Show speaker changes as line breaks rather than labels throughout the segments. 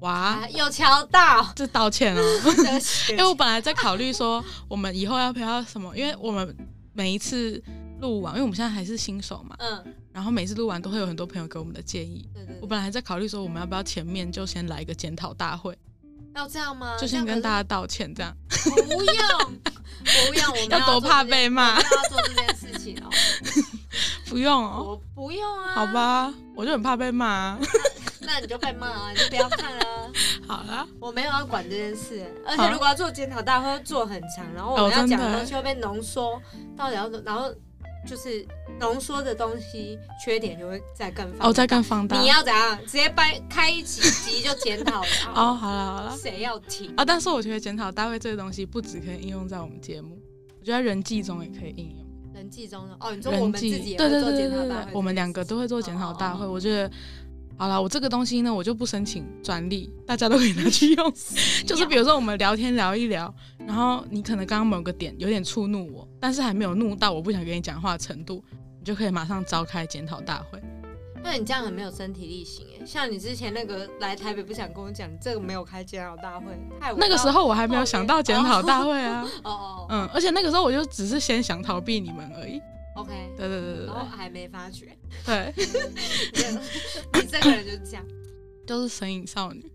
哇
啊，，有敲到，
这道歉 哦。
对不 起
因为我本来在考虑说，我们以后要不要什么？因为我们每一次录完，因为我们现在还是新手嘛，
嗯，
然后每次录完都会有很多朋友给我们的建议。
对对
我
对，
本来还在考虑说，我们要不要前面就先来一个检讨大会，
要这样吗？
就先跟大家道歉，这样
家 不用，不用，我们
要多
做
怕
这件
被骂
我们要做这件事情哦，
不用哦，
我不用啊，
好，吧？我就很怕被骂、 啊。
那你就被骂啊，你就不要看啊。
好啦，
我没有要管这件事，而
好
且如果要做检讨大会，会做很长，然后我
哦
们要
真的
讲的东西会被浓缩，到底要然后就是浓缩的东西缺点就会再更放大。
哦，再更放大。
你要怎样？直接掰开一集集就检讨了
哦，好了好
啊？
了
谁要听？
啊！但是我觉得检讨大会这个东西不只可以应用在我们节目，我觉得在人际中也可以应用。
人际中的哦，你说我
人
们自
际
己也
对
会
对
做
对对
检
对
讨
对
大会，
我们两个都会做检
哦
讨大会。我觉得，好了，我这个东西呢，我就不申请专利，大家都可以拿去 用。 就是比如说我们聊天聊一聊，然后你可能刚刚某个点有点触怒我，但是还没有怒到我不想跟你讲话的程度，你就可以马上召开检讨大会。
那你这样很没有身体力行哎，像你之前那个来台北不想跟我讲，你这个没有开检讨大会，害我
那个时
到
候我还没有想到检讨大会啊，
哦哦哦
嗯，而且那个时候我就只是先想逃避你们而已。
，OK，
对对对对
然后
对
还没发觉，
对， 对
你这个人就这样，
就是神隐少女。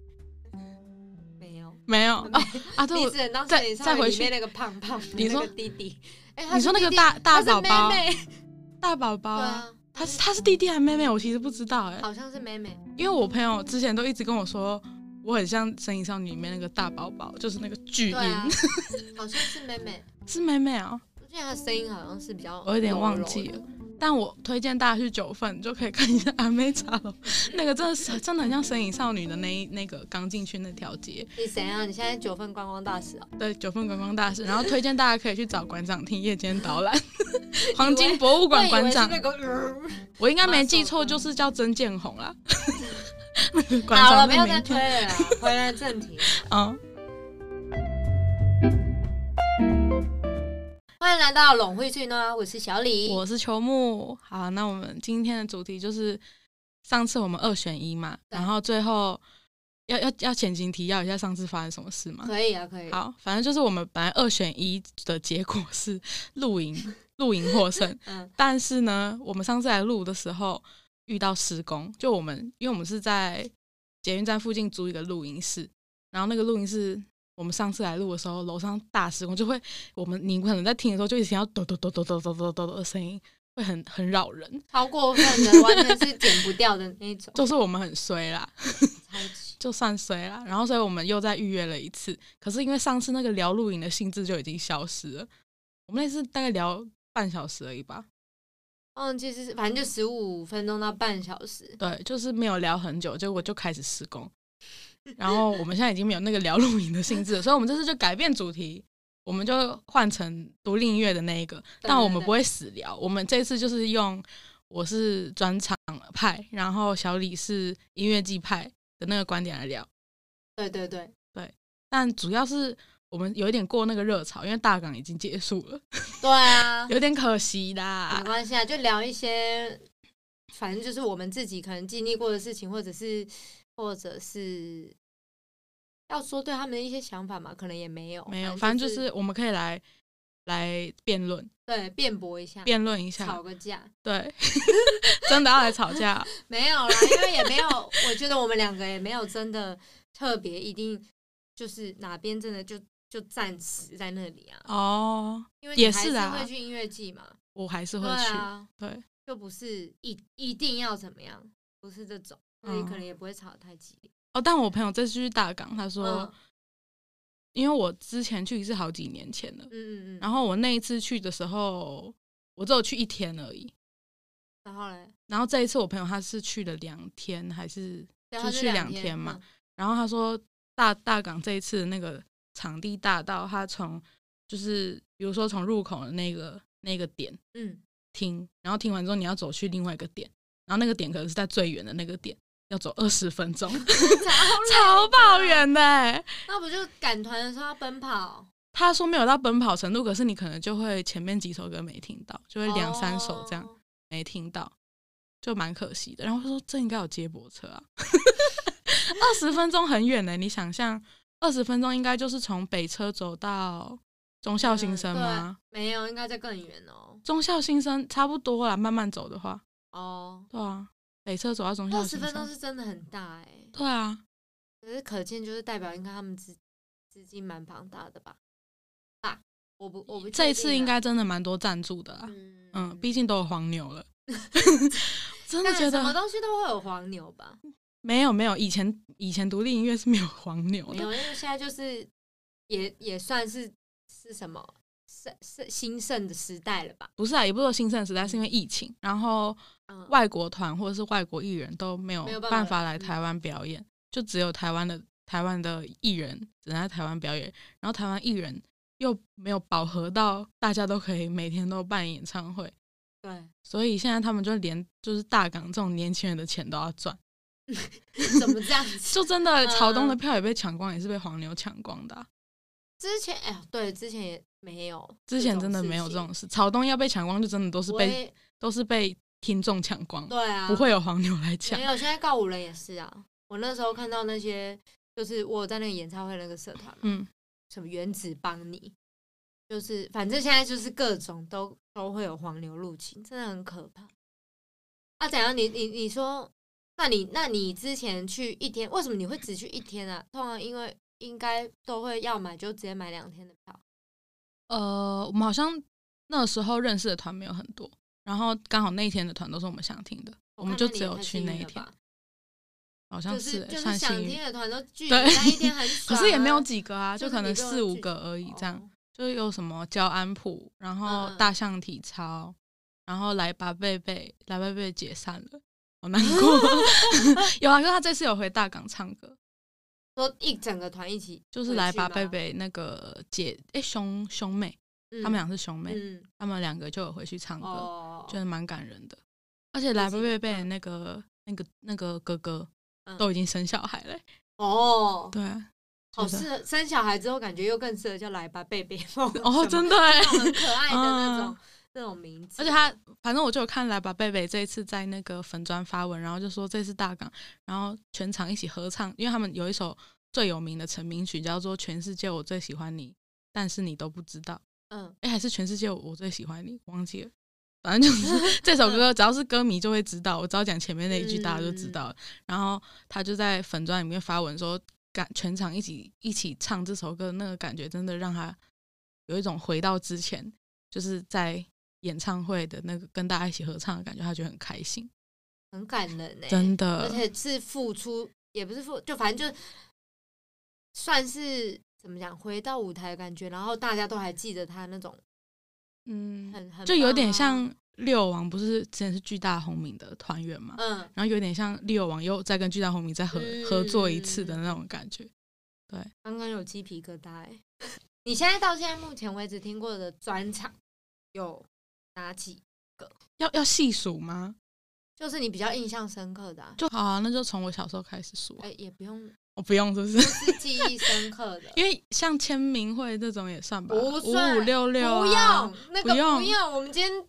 没有。
没有啊啊！对，
你
我
只能当
再
成你上
再回
里
去
面那个胖胖的
你
那个
说
弟弟，哎，他
你
是
说那个
弟弟
大大
他是
宝宝啊
妹妹，
大宝宝
对
啊，
啊，
他是他是弟弟还是妹妹？我其实不知道哎、
好像是妹妹，
因为我朋友之前都一直跟我说，我很像《神隐少女》里面那个大宝宝，就是那个巨婴，
对啊，好像是妹妹。
是妹妹啊。
我记得她的声音好像是比较，
我有点忘记了。但我推荐大家去九份，就可以看一下阿妹茶楼， 那个真的是真的很像《神隐少女》的那一那个刚进去那条街，
你怎啊样？你现在九份观光大使哦，
对，九份观光大使。然后推荐大家可以去找馆长听夜间导 览，黄金博物馆
我以
馆
为是
长，嗯
那个嗯呃
我应该没记错，就是叫曾建宏啦。 那个馆
好了，
长
不
的
要再
名
推
片，
了啦，回来正题。
嗯，
欢迎来到龙会最呢，我是小李。
我是球木。好，那我们今天的主题就是上次我们二选一嘛，
对
然后最后要要要前情提要一下上次发生什么事嘛。
可以啊，可以。
好，反正就是我们本来二选一的结果 是露营，露营获胜。
嗯，
但是呢，我们上次来录的时候遇到施工，就我们因为我们是在捷运站附近租一个录音室，然后那个录音室我们上次来录的时候，楼上大施工就会，我们你可能在听的时候就一直听到抖抖抖抖抖抖抖抖抖的声音，会很很扰人，
超过分的，完全是剪不掉的 那种，
就是我们很衰啦，
超级。
就算衰啦。然后所以我们又再预约了一次，可是因为上次那个聊录影的性质就已经消失了，我们那次大概聊半小时而已吧，
嗯，其实是反正就十五分钟到半小时。
对，就是没有聊很久，结果就开始施 工。然后我们现在已经没有那个聊录影的性质了，所以我们这次就改变主题，我们就换成独立音乐的那一个，
对
但我
对
们
对
不会死聊，我们这次就是用我是专场派，然后小李是音乐季派的那个观点来聊，
对对对，
但主要是。我们有一点过那个热潮，因为大港已经结束了，
对啊，
有点可惜啦
没。关系啊，就聊一些，反正就是我们自己可能经历过的事情，或者是或者是要说对他们的一些想法嘛，可能也没有，
没有，反正
哦就
就是我们可以来来辩论，
对辩驳一下，
辩论一下，
吵个架，
对， 真的要来吵架哦，
没有啦，因为也没有，我觉得我们两个也没有真的特别一定就是哪边真的就就暂时在那里啊，
哦，
因为
也
你还
是
是
啊
会去音乐季嘛，
我还是会
对
去，
啊，
对，
就不是一一定要怎么样，不是这种，所以可能
嗯
也不会吵得太激烈。
哦，但我朋友这次去大港，他说，
嗯
因为我之前去是好几年前了，
嗯嗯嗯，
然后我那一次去的时候，我只有去一天而已，
然后嘞，
然后这一次我朋友他是去了两天还是，
对
就
他是
去
两嗯
两天嘛，然后他说大大港这一次的那个场地大到他从就是比如说从入口的那个那个点
嗯， 嗯
听，然后听完之后你要走去另外一个点，然后那个点可能是在最远的那个点，要走二十分钟。超
超
抱
累的，啊
怨的、欸。
那不就赶团的时候要奔跑，
他说没有到奔跑程度，可是你可能就会前面几首歌没听到，就会两三首这样
哦
没听到，就蛮可惜的。然后他说这应该有接驳车啊，二十分钟很远呢、你想象二十分钟应该就是从北车走到中校
嗯
新生吗？
没有，应该在更远哦。
中校新生差不多啦，慢慢走的话，
哦，
对啊，北车走到中校
二十
新
分钟
生，
是真的很大哎，
对啊，
可是可见就是代表应该他们资资金蛮庞大的吧？啊，我不我不确定啊
这一次应该真的蛮多赞助的啦，
嗯
嗯，毕竟都有黄牛 了，真的
但
觉
什么
得
东西都会有黄牛吧？
没有没有，以前以前独立音乐是没有黄牛
没
的，
有，因为现在就是也也算是是什么盛盛兴盛的时代了吧？
不是啊，也不是说兴盛时代，是因为疫情，然后
嗯，
外国团或者是外国艺人都没有
没有办法
办法来台湾表演，就只有台湾的台湾的艺人只能在台湾表演，然后台湾艺人又没有饱和到大家都可以每天都办演唱会，
对，
所以现在他们就连就是大港这种年轻人的钱都要赚，
怎么这样子？
就真的朝东
嗯
的票也被抢光，也是被黄牛抢光的啊、
之前哎呀，对，之前也没有，
之前真的没有这种事，草东要被抢光就真的都是
我
被
也
都是被听众抢光，
对啊，
不会有黄牛来抢
没。有，现在告五人也是啊。我那时候看到那些，就是我有在那个演唱会那个社团嘛，
嗯，
什么原子帮你，就是反正现在就是各种都都会有黄牛入侵，真的很可怕。啊，怎样？你你你说，那你那你之前去一天，为什么你会只去一天啊？通常因为应该都会要买就直接买两天的票，
呃，我们好像那时候认识的团没有很多，然后刚好那一天的团都是我们想听的，我们
看
就
那你
只
也
有
太
去
幸
那
运
一
了
天，
吧
好像
就是
欸
就
算
是想
幸运
听 的团都聚集
对
在一天很
可
爽、啊，
是也没有几个啊，
就
就是可
你
能
给我
四五
举
个而已，这样、
哦
就是有什么焦安普，然后
嗯嗯
大象体操，然后来吧贝贝，来吧贝贝解散了，好 难过。 有啊，可是他这次有回大港唱歌，
说一整个团一起回去吗，
就是来吧贝贝那个姐哎、兄兄妹，
嗯，
他们俩是兄妹，
嗯
他们两个就有回去唱歌，
哦，
觉得蛮感人的。而且来吧
自己
贝贝那个那个那个哥哥
嗯
都已经生小孩了、
哦，
对啊，
好
觉得
适合生小孩之后，感觉又更适合叫来吧贝贝梦
哦，
什么
真的哎、
那种很可爱的那种
嗯
那种名字，
而且他反正我就有看来吧，贝贝这一次在那个粉砖发文，然后就说这次大港，然后全场一起合唱，因为他们有一首最有名的成名曲叫做《全世界我最喜欢你》，但是你都不知道，
嗯，
哎，还是全世界我最喜欢你，忘记了。反正就是 这 首歌，只要是歌迷就会知道。我只要讲前面那一句，
嗯
大家就知道了。然后他就在粉砖里面发文说，感全场一起一起唱这首歌，那个感觉真的让他有一种回到之前，就是在演唱会的那个跟大家一起合唱的感觉，他觉得很开心，
很感人呢，
真
而
的。
且是付出，也不是付，就反正就算是怎么讲，回到舞台的感觉，然后大家都还记得他那种
嗯，
很很
就有
棒
点
啊，
像六王，不是之前是巨大红明的团员嘛？
嗯，
然后有点像利友网又再跟巨大红明再合、
嗯
合作一次的那种感觉。
刚刚有鸡皮疙瘩
欸
哎，你现在到现在目前为止听过的专场有哪几？
要要细数吗？
就是你比较印象深刻的、啊，
嗯就好、啊，那就从我小时候开始数、啊
哎、。也不用
我不用，是不是？
是记忆深刻
。
的
因为像签名会这种也算吧，
不
五
算
五六六
不
啊，
用，那
不
个不
用
用。我们今天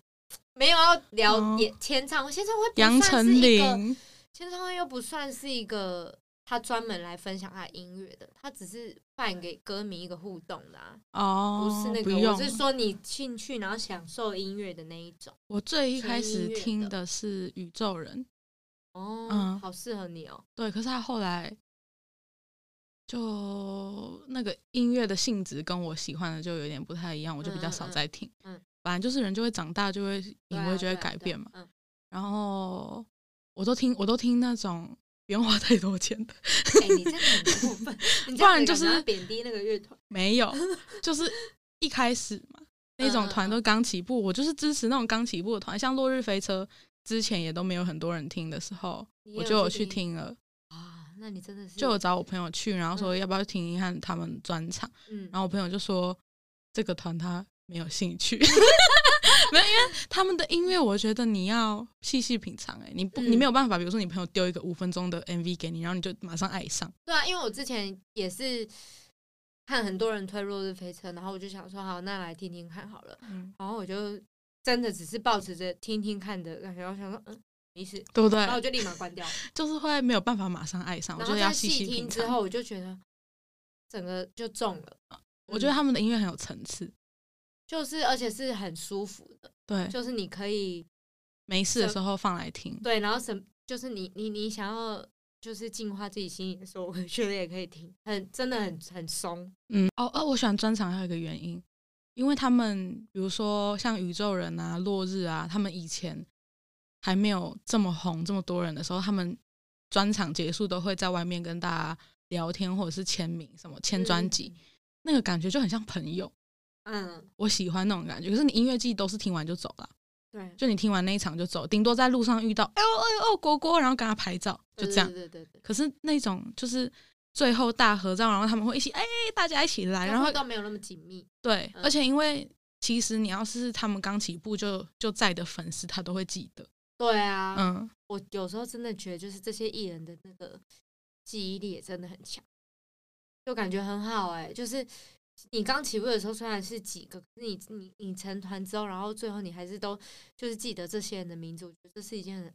没有要聊
哦
演签唱会，签唱会不
杨
算
丞
是一个，
琳，
签唱会又不算是一个他专门来分享他音乐的，他只是办给歌迷一个互动的啊，
哦，
不是那个。
用。
我是说你进去然后享受音乐的那一种。
我最一开
纯
始
音乐的
听的是宇宙人，
哦，
嗯
好适合你哦。
对，可是他后来就那个音乐的性质跟我喜欢的就有点不太一样，我就比较少在听。
嗯嗯嗯
反正就是人就会长大，就会
对
品
啊
味就会
对啊
改
对啊
变嘛。
嗯，
然后我都听，我都听那种不用花太多钱的，
哎，你真的很过 分，你这
不
样
然就
子感觉
是
要贬低那个乐团。
没有，就是一开始嘛，那种团都刚起步，我就是支持那种刚起步的团，像《落日飞车》之前也都没有很多人听的时候，
你
我就有去
去
听嗯了，
啊，那你真的是
就有找我朋友去，然后说要不要听一看他们专场，
嗯
然后我朋友就说这个团他没有兴 趣。没有，因为他们的音乐，我觉得你要细细品尝。哎，你不，你
嗯
没有办法。比如说，你朋友丢一个五分钟的 MV 给你，然后你就马上爱上。
对啊，因为我之前也是看很多人推《落日飞车》，然后我就想说，好，那来听听看好了。
嗯，
然后我就真的只是抱持着听听看的感觉，我想说，嗯，没事，
对不对
然后？我就立马关掉。
就是会没有办法马上爱上，我
然
觉
后
得要
在
细
细
细
听
品
之
尝。
后，我就觉得整个就中了。
我觉得他们的音乐很有层次，
就是，而且是很舒服的，
对，
就是你可以
没事的
是
时候放来听，
对，然后什么，就是你你你想要就是净化自己心灵的时候，我觉得也可以听，很真的很很松。
嗯，哦，哦，我喜欢专场还有一个原因，因为他们比如说像宇宙人啊、落日啊，他们以前还没有这么红、这么多人的时候，他们专场结束都会在外面跟大家聊天或者是签名，什么签专辑，那个感觉就很像朋友。
嗯，
我喜欢那种感觉，可是你音乐季都是听完就走了，
对，
就你听完那一场就走，顶多在路上遇到，哎呦哎呦哦，果果，然后跟他拍照，就
对
这样。
对对对对，
可是那种就是最后大合照，然后他们会一起哎，大家一起来，然后
都没有那么紧密。
对，
嗯
而且因为其实你要是他们刚起步就就在的粉丝，他都会记得。
对啊，
嗯，
我有时候真的觉得，就是这些艺人的那个记忆力也真的很强，就感觉很好哎、就是你刚起步的时候虽然是几个，可是你你你成团之后，然后最后你还是都就是记得这些人的名字，我觉得这是一件很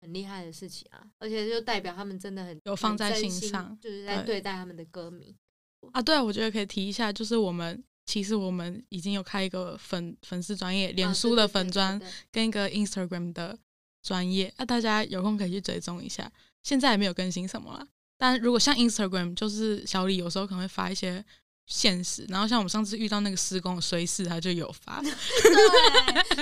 很厉害的事情啊，而且就代表他们真的很
有放
很
在
真
心
心
上
就是在
对
对待他们的歌迷。
啊，对啊，我觉得可以提一下，就是我们其实我们已经有开一个粉粉丝专业，脸
啊
书的粉专，
对对对对对
跟一个 Instagram 的专业，那、大家有空可以去追踪一下。现在也没有更新什么啦，但如果像 Instagram，就是小李有时候可能会发一些。现实，然后像我们上次遇到那个施工的衰事，他就有发，
对，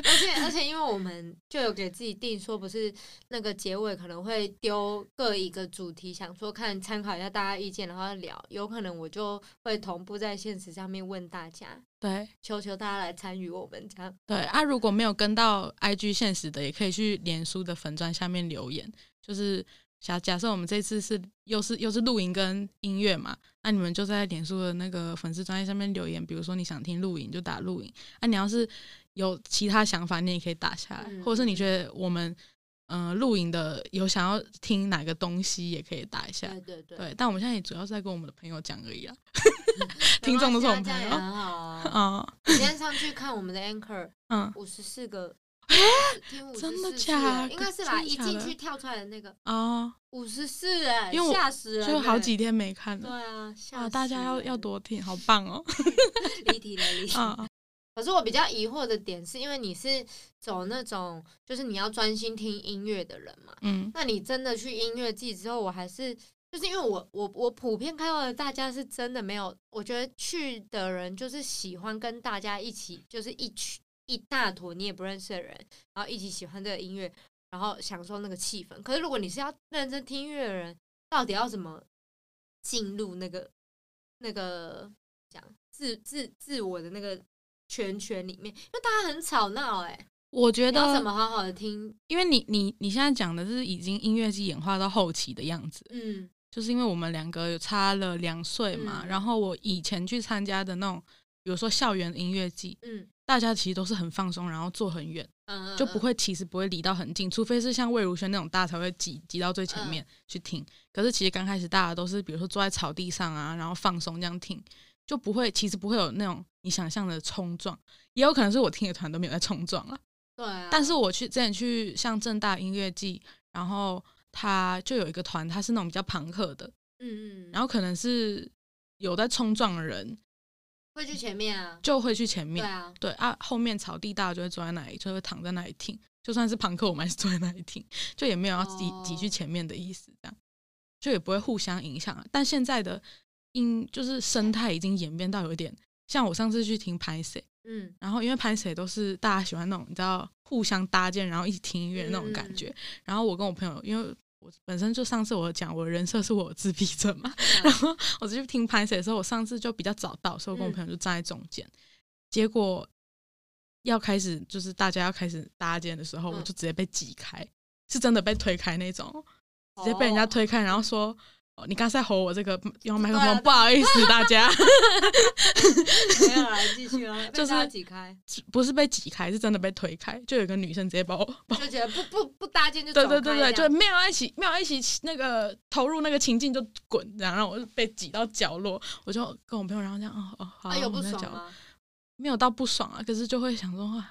而且而且，因为我们就有给自己定说，不是那个结尾可能会丢各一个主题，想说看参考一下大家意见，然后聊。有可能我就会同步在现实上面问大家，
对
求求大家来参与我们这样。
对啊，如果没有跟到 IG 现实的，也可以去脸书的粉砖下面留言。就是假假设我们这次是又是又是露营跟音乐嘛，那你们就在脸书的那个粉丝专页上面留言，比如说你想听露营就打露营，啊，你要是有其他想法，你也可以打下来，
嗯
或者是你觉得我们呃露营的有想要听哪个东西，也可以打一下。
对嗯对对，
对，但我们现在也主要是在跟我们的朋友讲而已啊啦。
没
听众都是我
关
们哦
系啊
朋友
这样也很好 啊。
啊，
你今天上去看我们的 anchor
嗯
五十 四个，听54
啊真的
次
假
欸应该是吧？
真的
一
假
进
的
去跳出来的那个
哦，
五十四，哎，
因为我
吓死人欸，
就好几天没看
对
了。
啊，吓
啊，大家
死
要
人
要多听，好棒哦！
离题了，离 题。
啊，
可是我比较疑惑的点是，因为你是走那种就是你要专心听音乐的人嘛，
嗯，
那你真的去音乐季之后，我还是就是因为我我我普遍看到的大家是真的没有，我觉得去的人就是喜欢跟大家一起，就是一群一大坨你也不认识的人，然后一起喜欢这个音乐，然后享受那个气氛。可是如果你是要认真听音乐的人，到底要怎么进入那个那个讲自自自我的那个圈圈里面？因为大家很吵闹、欸，哎，
我觉
你要怎
得，
么好好的听？
因为你你你现在讲的是已经音乐季演化到后期的样子，
嗯
就是因为我们两个有差了两岁嘛。
嗯
然后我以前去参加的那种，比如说校园音乐季，
嗯
大家其实都是很放松，然后坐很远，
嗯，
就不
嗯
会其实不会离到很近，除非是像魏如萱那种，大家才会挤挤到最
嗯
前面去听。可是其实刚开始大家都是比如说坐在草地上啊，然后放松这样听，就不会其实不会有那种你想象的冲撞，也有可能是我听的团都没有在冲撞啊。
对啊，
但是我去之前去像正大音乐季，然后他就有一个团，他是那种比较朋克的，
嗯嗯，
然后可能是有在冲撞的人
会去前面啊，
就会去前
对
面，
啊，
对啊，后面草地大家就会坐在那里，就会躺在那里听。就算是朋克，我们还是坐在那里听，就也没有要挤
哦
挤去前面的意思，这样就也不会互相影响。但现在的音就是生态已经演变到有一点像我上次去听拍谁，
嗯，
然后因为拍谁都是大家喜欢那种你知道互相搭建，然后一起听音乐的那种
嗯
感觉。然后我跟我朋友，因为我本身就上次我有讲我的人设是我有自闭症嘛，
嗯
然后我去听拍谁的时候，我上次就比较早到，所以我跟
嗯
我朋友就站在中间。结果要开始就是大家要开始搭建的时候，
嗯
我就直接被挤开，是真的被推开那种，直接被
哦
人家推开，然后说。哦，你刚才吼我这个用麦克
对啊
风，不好意思，大家
哦，没有啦，继续啊，被
就是
大家挤开，
不是被挤开，是真的被推开，就有一个女生直接把我把我
就觉得不不不搭建就
对
走
对
开
对
这
对，
样
就没有一起没有一起那个投入那个情境就滚，然后我就被挤到角落，我就跟我朋友然后这样哦哦好，
啊有
我
不
们在
爽
角落
吗？
没有到不爽啊，可是就会想说哇，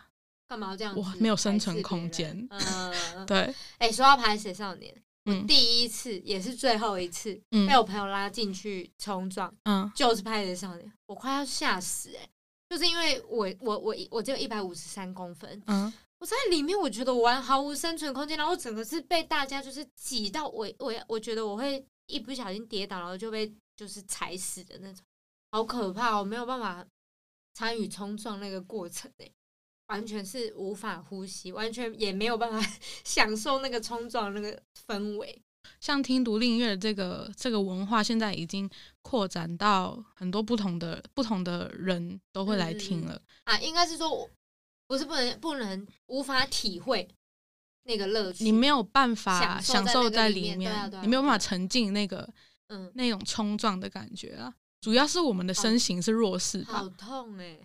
干嘛要这样子
我
排斥别人？
没有生存空间
嗯。嗯，嗯
对，
哎、说到排水少年，
嗯
第一次也是最后一次
嗯
被我朋友拉进去冲撞，
嗯
就是拍水少年，我快要吓死哎、就是因为我我我我只有一百五十三公分，
嗯
我在里面我觉得我完毫无生存空间，然后我整个是被大家就是挤到我我我觉得我会一不小心跌倒，然后就被就是踩死的那种，好可怕哦、我没有办法参与冲撞那个过程哎、完全是无法呼吸，完全也没有办法 享受那个冲撞那个氛围。
像听独立音乐这个这个文化，现在已经扩展到很多不同的不同的人都会来听了。
啊，应该是说我不是不能不能无法体会那个乐趣。
你没有办法
享
享
受
受
在那个
在
里
里
面对啊对啊
你没有办法沉浸那个
嗯，
那种冲撞的感觉啊。主要是我们的身形是弱势吧
好，痛哎、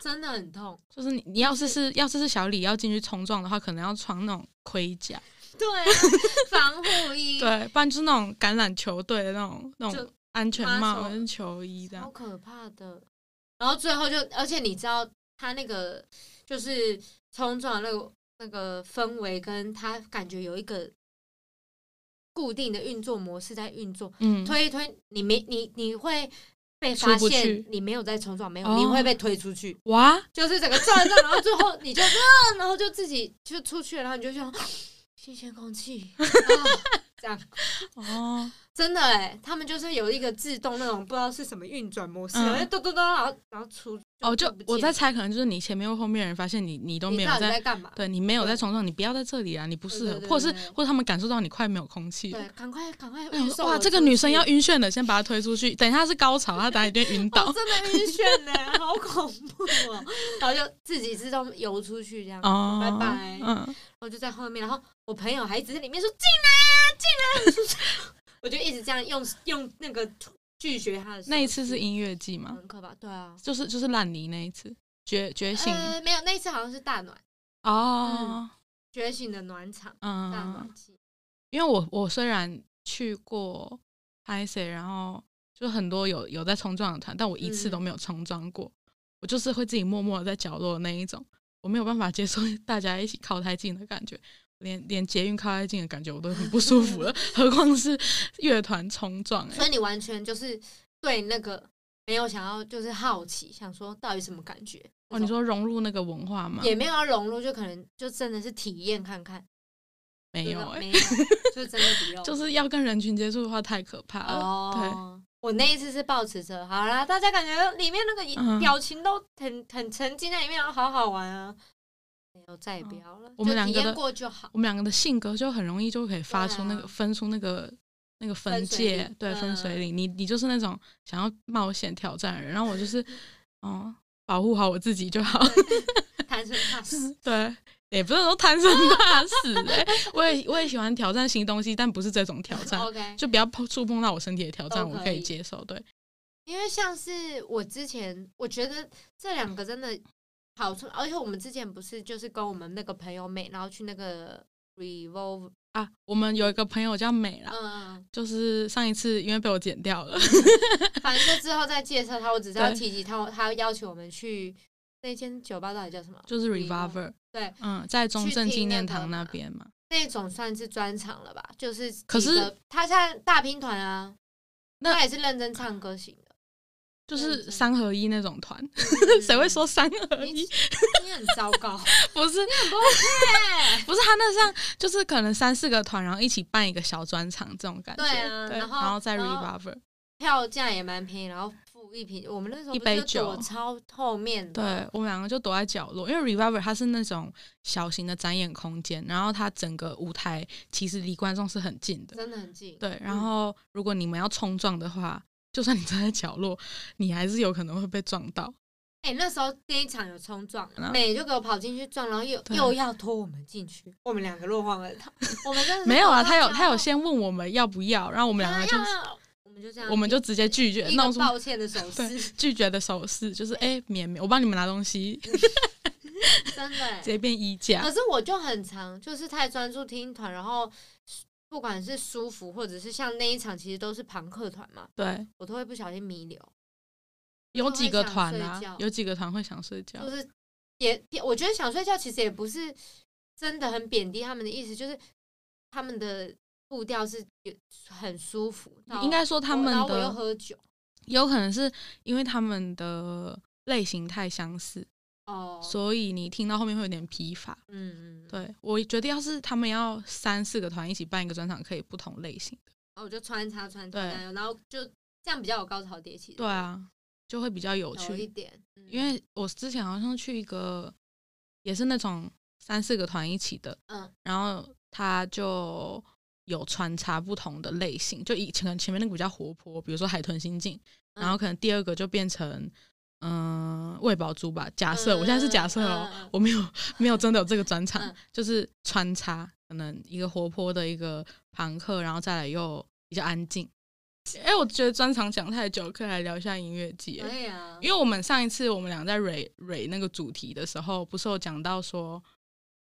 真的很痛。
就是你你要是是要是是小李要进去冲撞的话，可能要穿那种盔甲，
对啊，防护衣，
对，不然就是那种橄榄球队的那种那
嗯就
种安全帽
发手哦
跟球衣这
好
样。
可怕的。然后最后就，而且你知道他那个就是冲撞的那个那个氛围，跟他感觉有一个固定的运作模式在运作，
嗯，
推一推，你没你你会被
出
发
不
现
去
你没有在冲撞，没有，
哦
你会被推出去。
哇，
就是整个转一转，然后最后你就啊，然后就自己就出去了，然后你就想 新鲜空气，啊、这样
哦，
真的哎、他们就是有一个自动那种不知道是什么运转模式，哎
嗯
然后咚咚咚，然后然后出
哦，就
不见
我在
了
猜，可能就是你前面或后面的人发现你，你都没
你
有
到底
在，
在干嘛？
对你没有
对
在床上，你不要在这里啊，你不适
对
合，
对对
或者是
对对
或者他们感受到你快没有空气了
对，，赶快赶快
哎呦
运送我
哇，这个
出
女生
去
要晕眩了，先把她推出去，等一下是高潮，她等下一定晕
哦
倒。
真的晕眩呢、好恐怖哦！然后就自己自动游出去这样，
哦，
拜拜。然
嗯，
后就在后面，然后我朋友还一直在里面说进来啊，进来啊， 我就一直这样用用那个拒绝他的手势。
那一次是音乐季吗？
很可怕，对啊。
就是就是烂泥那一次，觉觉醒、
呃，没有，那一次好像是大暖
哦，
觉醒的暖场，大
嗯，
暖季。
因为我我虽然去过拍谁，然后就很多有有在冲撞的团，但我一次
嗯
都没有冲撞过，我就是会自己默默的在角落的那一种，我没有办法接受 大家一起靠太近的感觉。连连捷运靠太近的感觉我都很不舒服 了，何况是乐团冲撞、欸？
所以你完全就是对那个没有想要，就是好奇，想说到底什么感觉？
哦，你说融入那个文化吗？
也没有要融入，就可能就真的是体验看看。
没有、
就是
欸，
没有，就真的不 用。
就是要跟人群接触的话太可怕了。
哦，我那一次是抱持着，好啦，大家感觉里面那个
嗯
表情都很很沉浸在里面，然后好好玩啊。没有，再也不要了。
嗯我们两个
就体验
的
过就好。
我们两个的性格就很容易就可以发出那
对
个
啊
分出那个那个分
分水
界，
岭
对
嗯
分水岭。你你就是那种想要冒险挑战的人，然后我就是 哦，保护好我自己就好。
贪生怕死，
对，也不是说贪生怕死 哎、我也我也喜欢挑战新东西，但不是这种挑战，
OK，
就不要碰触碰到我身体的挑战，
都可以
我可以接受。对，
因为像是我之前，我觉得这两个真的好处，而且我们之前不是就是跟我们那个朋友妹，然后去那个 Revolve，
啊，我们有一个朋友叫美啦，
嗯，
就是上一次因为被我剪掉 了，
反正就之后再介绍他，我只知道
对
提及他，他邀请我们去那间酒吧到底叫什么？
就是
Revolve
Revolver，
对，
嗯，在中正纪念
去
堂
听那个
那
嘛
边嘛。
那种算是专场了吧？就是几个，
可是
他现在大拼团啊，
那
他也是认真唱歌型的。
就是
嗯
三合一那种团，
嗯
谁会说三合
你
一？
你很糟糕？
不是，
不会，
不是，他那像就是可能三四个团，然后一起办一个小专场这种感觉，
对啊然
然
后
再
然后嗯
reviver，
票价也蛮便宜，然后付一瓶，我们那时候
一
不是
杯
就躲
酒
超后面的，
对我们两个就躲在角落，因为 reviver 它是那种小型的展演空间，然后它整个舞台其实离观众是很近的，
真的很近。
对，然后如果你们要冲撞的话，就算你站在角落，你还是有可能会被撞到，
哎、那时候那一场有冲撞
嗯然，后
美就给我跑进去撞，然后又
对
又要拖我们进去，我们两个落荒而逃。 我们真的是
没有啊，
躲到
他有
角
他有
落
先问我们要不要，然后我们两个就
啊要啊我们就这样，
我们就直接拒绝，
一
弄
个
出
抱歉的手势，
拒绝的手势，就是哎、绵绵，我帮你们拿东西，
真的、欸
直。接变衣架
可。是我就很常就是太专注听团，然后不管是舒服或者是像那一场，其实都是朋克团嘛，
对，
我都会不小心迷流，
有几个团
会想睡
啊
觉，
有几个团会想睡觉
就，是也我觉得想睡觉其实也不是真的很贬低他们的意思，就是他们的步调是有很舒服。然后
应该说他们
然后我又
的
喝酒
有可能是因为他们的类型太相似，
哦，
所以你听到后面会有点疲乏。
嗯嗯，嗯，
对我觉得要是他们要三四个团一起办一个专场，可以不同类型的。
哦，我就穿插穿插
对
那样，然后就这样比较有高潮迭起。
对，啊，就会比较有
有一
趣。
点，嗯
因为我之前好像去一个也是那种三四个团一起的，
嗯，
然后他就有穿插不同的类型，就以前前面那个比较活泼，比如说海豚心境，
嗯
然后可能第二个就变成嗯喂饱猪吧，假设、我现在是假设哦，
嗯嗯嗯嗯
我没有没有真的有这个专场，
嗯
就是穿插，可能一个活泼的一个朋克，然后再来又比较安静。哎、我觉得专场讲太久，可以来聊一下音乐季耶。
可以啊，
因为我们上一次我们俩在蕊蕊那个主题的时候，不是有讲到说，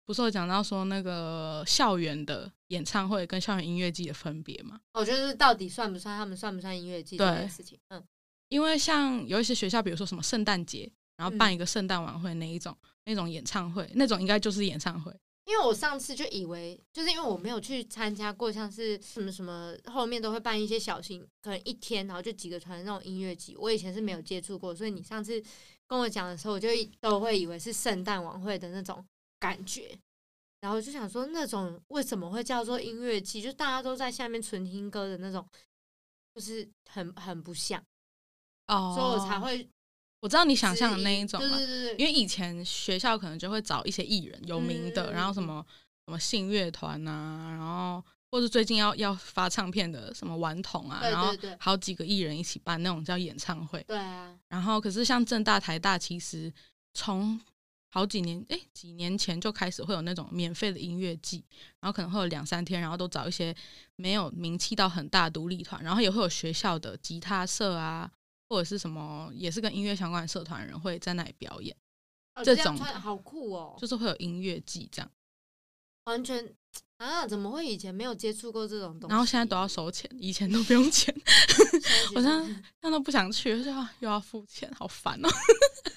不是有讲到说那个校园的演唱会跟校园音乐季的分别嘛？
我觉得哦到底算不算他们算不算音乐季这
对
件事情？嗯，
因为像有一些学校，比如说什么圣诞节，然后办
嗯
一个圣诞晚会那一种、那种演唱会，那种应该就是演唱会。
因为我上次就以为，就是因为我没有去参加过，像是什么什么后面都会办一些小型，可能一天，然后就几个团的那种音乐节，我以前是没有接触过，所以你上次跟我讲的时候，我就一都会以为是圣诞晚会的那种感觉，然后就想说那种为什么会叫做音乐季，就大家都在下面纯听歌的那种，就是很很不像，
哦
所以我才会
我知道你想象的
质疑
那一种
对
嘛，
对对对，
因为以前学校可能就会找一些艺人有名的，
嗯
然后什么什么信乐团啊，然后或是最近要要发唱片的什么顽童啊，
对
然后
对对
好几个艺人一起办那种叫演唱会。
对啊，
然后可是像正大、台大，其实从好几年哎几年前就开始会有那种免费的音乐季，然后可能会有两三天，然后都找一些没有名气到很大的独立团，然后也会有学校的吉他社啊。或者是什么，也是跟音乐相关的社团人会在那里表演，
哦
这
样
种
穿
的
好酷哦，
就是会有音乐季这样。
完全啊，怎么会以前没有接触过这种东西？
然后现在都要收钱，以前都不用钱，
现
我
在
现在
觉
现在都不想去，就啊又要付钱，好烦哦。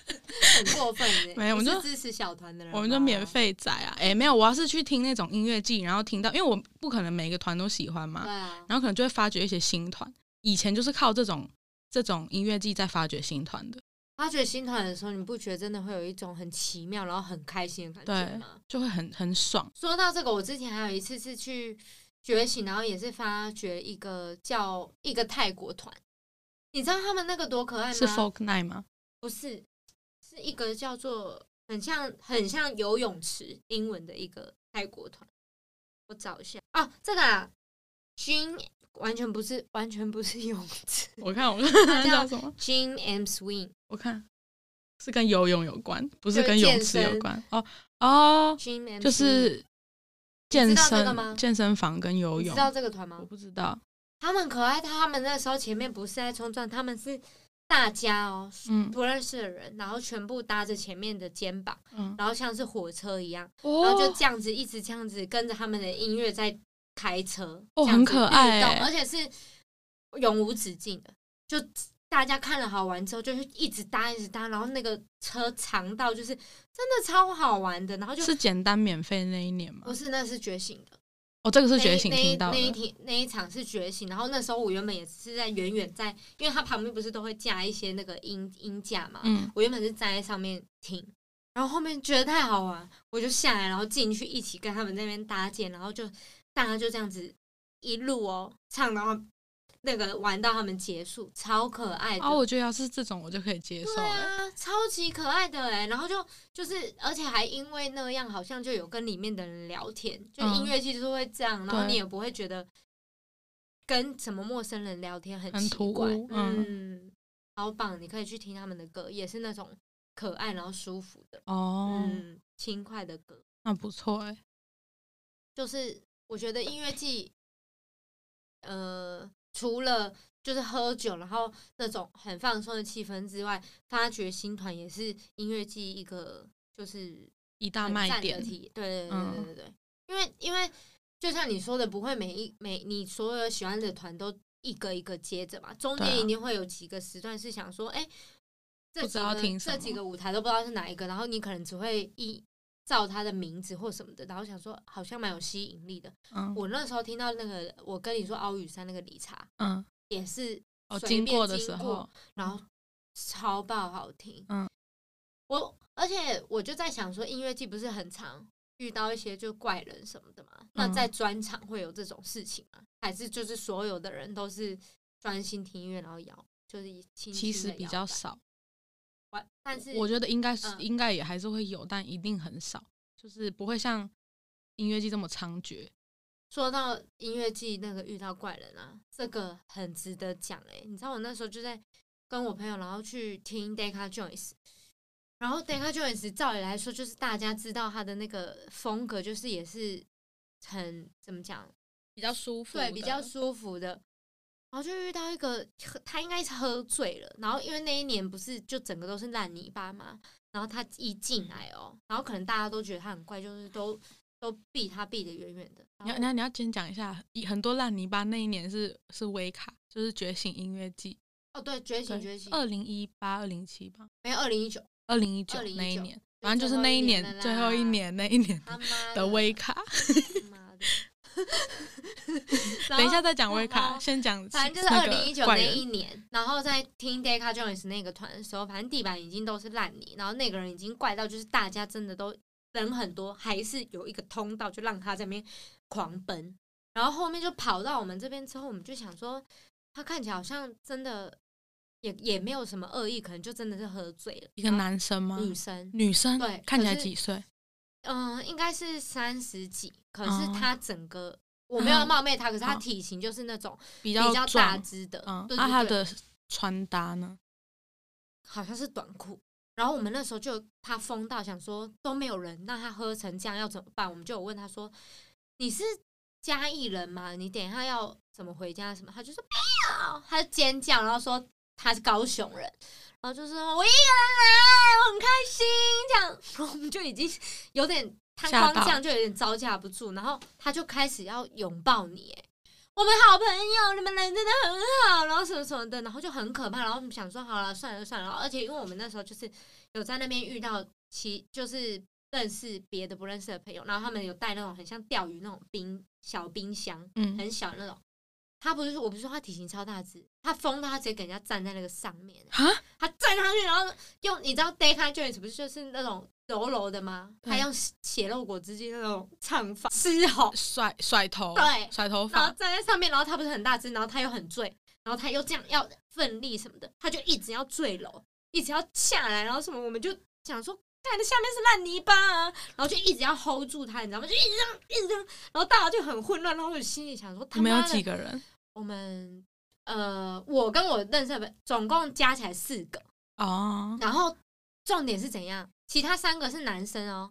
得很过 分耶
没有
你
我
是
们
支持小团的人，
我们就免。费载啊，哎、没有，我要是去听那种音乐季，然后听到，因为我不可能每个团都喜欢
对
嘛，
啊，
然后可能就会发掘一些新团。以前就是靠这种这种音乐季在发掘新团的，
发掘新团的时候，你不觉得真的会有一种很奇妙，然后很开心的感觉
对
吗？，
就会很很爽。
说到这个，我之前还有一次是去觉醒，然后也是发掘一个叫一个泰国团，你知道他们那个多可爱吗？
是 folk night 吗？
不是，是一个叫做很像很像游泳池英文的一个泰国团，我找一下哦，这个啊，Gin 完全不是完全不是啊泳池
我看我看它 叫什么？
，Gin and Swing
我看是跟游泳有关，不是
就
跟泳
健
池有
身
关哦哦，
Gin and
就
Swing
是健
知道那个吗
身健身房跟游
你
泳
知。道这个团吗
我？不知道，
他们可爱，他们那时候前面不是在冲撞，他们是大家哦，
嗯
不认识的人，然后全部搭着前面的肩膀，
嗯，
然后像是火车一样。然
哦
后就这样子一直这样子跟着他们的音乐在开车，
哦
这样子
很可爱
律动
欸
而且是永无止境的，就大家看了好玩之后，就是一直搭一直搭，然后那个车长到就是真的超好玩的，然后就是
简单免费那一年吗
不？是那是觉醒的，
哦，这个是
那
觉
一
醒
那一
听到
那一
的，
天那一场是觉醒，然后那时候我原本也是在远远在，因为它旁边不是都会架一些那个音音架嘛，
嗯，
我原本是站在上面听，然后后面觉得太好玩，我就下来，然后进去一起跟他们那边搭建，然后就大家就这样子一路哦唱，然后那个玩到他们结束，超可爱的。
哦，我觉得要是这种我就可以接受
对
了。
啊，超级可爱的哎、然后就就是，而且还因为那样，好像就有跟里面的人聊天，就
嗯
音乐剧就是会这样，然后
对
你也不会觉得跟什么陌生人聊天很
很
奇
突
怪，
兀
嗯，好棒，你可以去听他们的歌，也是那种可爱然后舒服的，
哦，
嗯，轻快的歌，
那不错哎，
就是我觉得音乐季，呃，除了就是喝酒，然后那种很放松的气氛之外，发掘新团也是音乐季一个就是
一大
很
卖
赞的
点，
体，对对对
嗯
对对对，因为因为就像你说的，不会每一每你所有喜欢的团都一个一个接着嘛，中
对啊
间一定会有几个时段是想说，哎、这
不
几
知道
个
听什么
这几个舞台都不知道是哪一个，然后你可能只会依照他的名字或什么的，然后想说好像蛮有吸引力的。
嗯
我那时候听到那个，我跟你说奥羽山那个理查
嗯，
也是，
哦，
随
经
便
过的
经
时
过
候，
然后超爆好听。
嗯，
我而且我就在想说，音乐季不是很常遇到一些就怪人什么的嘛？那
嗯
在专场会有这种事情吗？还是就是所有的人都是专心听音乐，然后摇，就是轻轻
其实
地
比
摇
较
摆
少。
完但是
我觉得应该是、
嗯
应该也还是会有，但一定很少，就是不会像音乐季这么猖獗。
说到音乐季那个遇到怪人啊，这个很值得讲诶、你知道我那时候就在跟我朋友，然后去听 Deca Joyce，然后 Deca Joyce 照理来说就是大家知道他的那个风格，就是也是很怎么讲，
比较舒服
对，比较舒服的。然后就遇到一个喝，他应该是喝醉了。然后因为那一年不是就整个都是烂泥巴嘛，然后他一进来哦，然后可能大家都觉得他很怪，就是都都避他避得远远的。然
你要
后
你要你要先讲一下，一很多烂泥巴那一年是是威卡，就是觉醒音乐季，
哦，对，觉醒觉醒，
二零一八、二零七吧，
没有二零一九，
二零一九
2019
那一年，
就
反正就是那一年
最
最
后
后
一
一年
年
那一年
他妈
的威，卡。
他妈的
等一下，再讲威
然
卡，
后
先讲
反正就是
那
二
个
零一九
怪
那
人
一年，然后在听 Deca Jones 那个团的时候，反正地板已经都是烂泥，然后那个人已经怪到就是大家真的都人很多，还是有一个通道就让他在那边狂奔，然后后面就跑到我们这边之后，我们就想说他看起来好像真的也也没有什么恶意，可能就真的是喝醉了，
一个
然后
男生吗？
嗯女生，
女生
对
看起来
可是
几岁？
嗯，应该是三十几，可是
哦
他整个、我没有要
嗯
冒昧他，可是他
哦
体型就是那种
比
比
较
较大
壮
只的，
嗯，
对
那
对
他
对
的穿搭呢？
好像是短裤。然后我
嗯
们那时候就他疯到想说都没有人让他喝成这样要怎么办？我们就有问他说你是嘉义人吗？你等一下要怎么回家什么？他就说没有，他就尖叫，然后说他是高雄人，然后就说我一个人来，啊我很开心这样。然后我们就已经有点他
吓
光
到
这样就有点招架不住，然后他就开始要拥抱你，哎，我们好朋友，你们人真的很好，然后什么什么的，然后就很可怕，然后我们想说好了，算了算了，而且因为我们那时候就是有在那边遇到其就是认识别的不认识的朋友，然后他们有带那种很像钓鱼那种冰小冰箱，
嗯，
很小那种。他不是说我不是说他体型超大只，他疯到他直接给人家站在那个上面，
哈，
他站上去，然后用你知道 day kind joints 不是就是那种柔柔的吗？
对
他用血肉果汁机那种唱法嘶吼，
甩甩头，
对
甩头
然后
发，
站在上面，然后他不是很大只，然后他又很醉，然后他又这样要奋力什么的，他就一直要坠楼，一直要下来，然后什么我们就想说，看那下面是烂泥巴啊，然后就一直要 hold 住他，你知道吗？就一直这样，一直这样，然后大家就很混乱，然后我心里想说，他
你们
妈
有
的，
几个人？
我们呃，我跟我认识的总共加起来四个，
哦，
然后重点是怎样？其他三个是男生哦，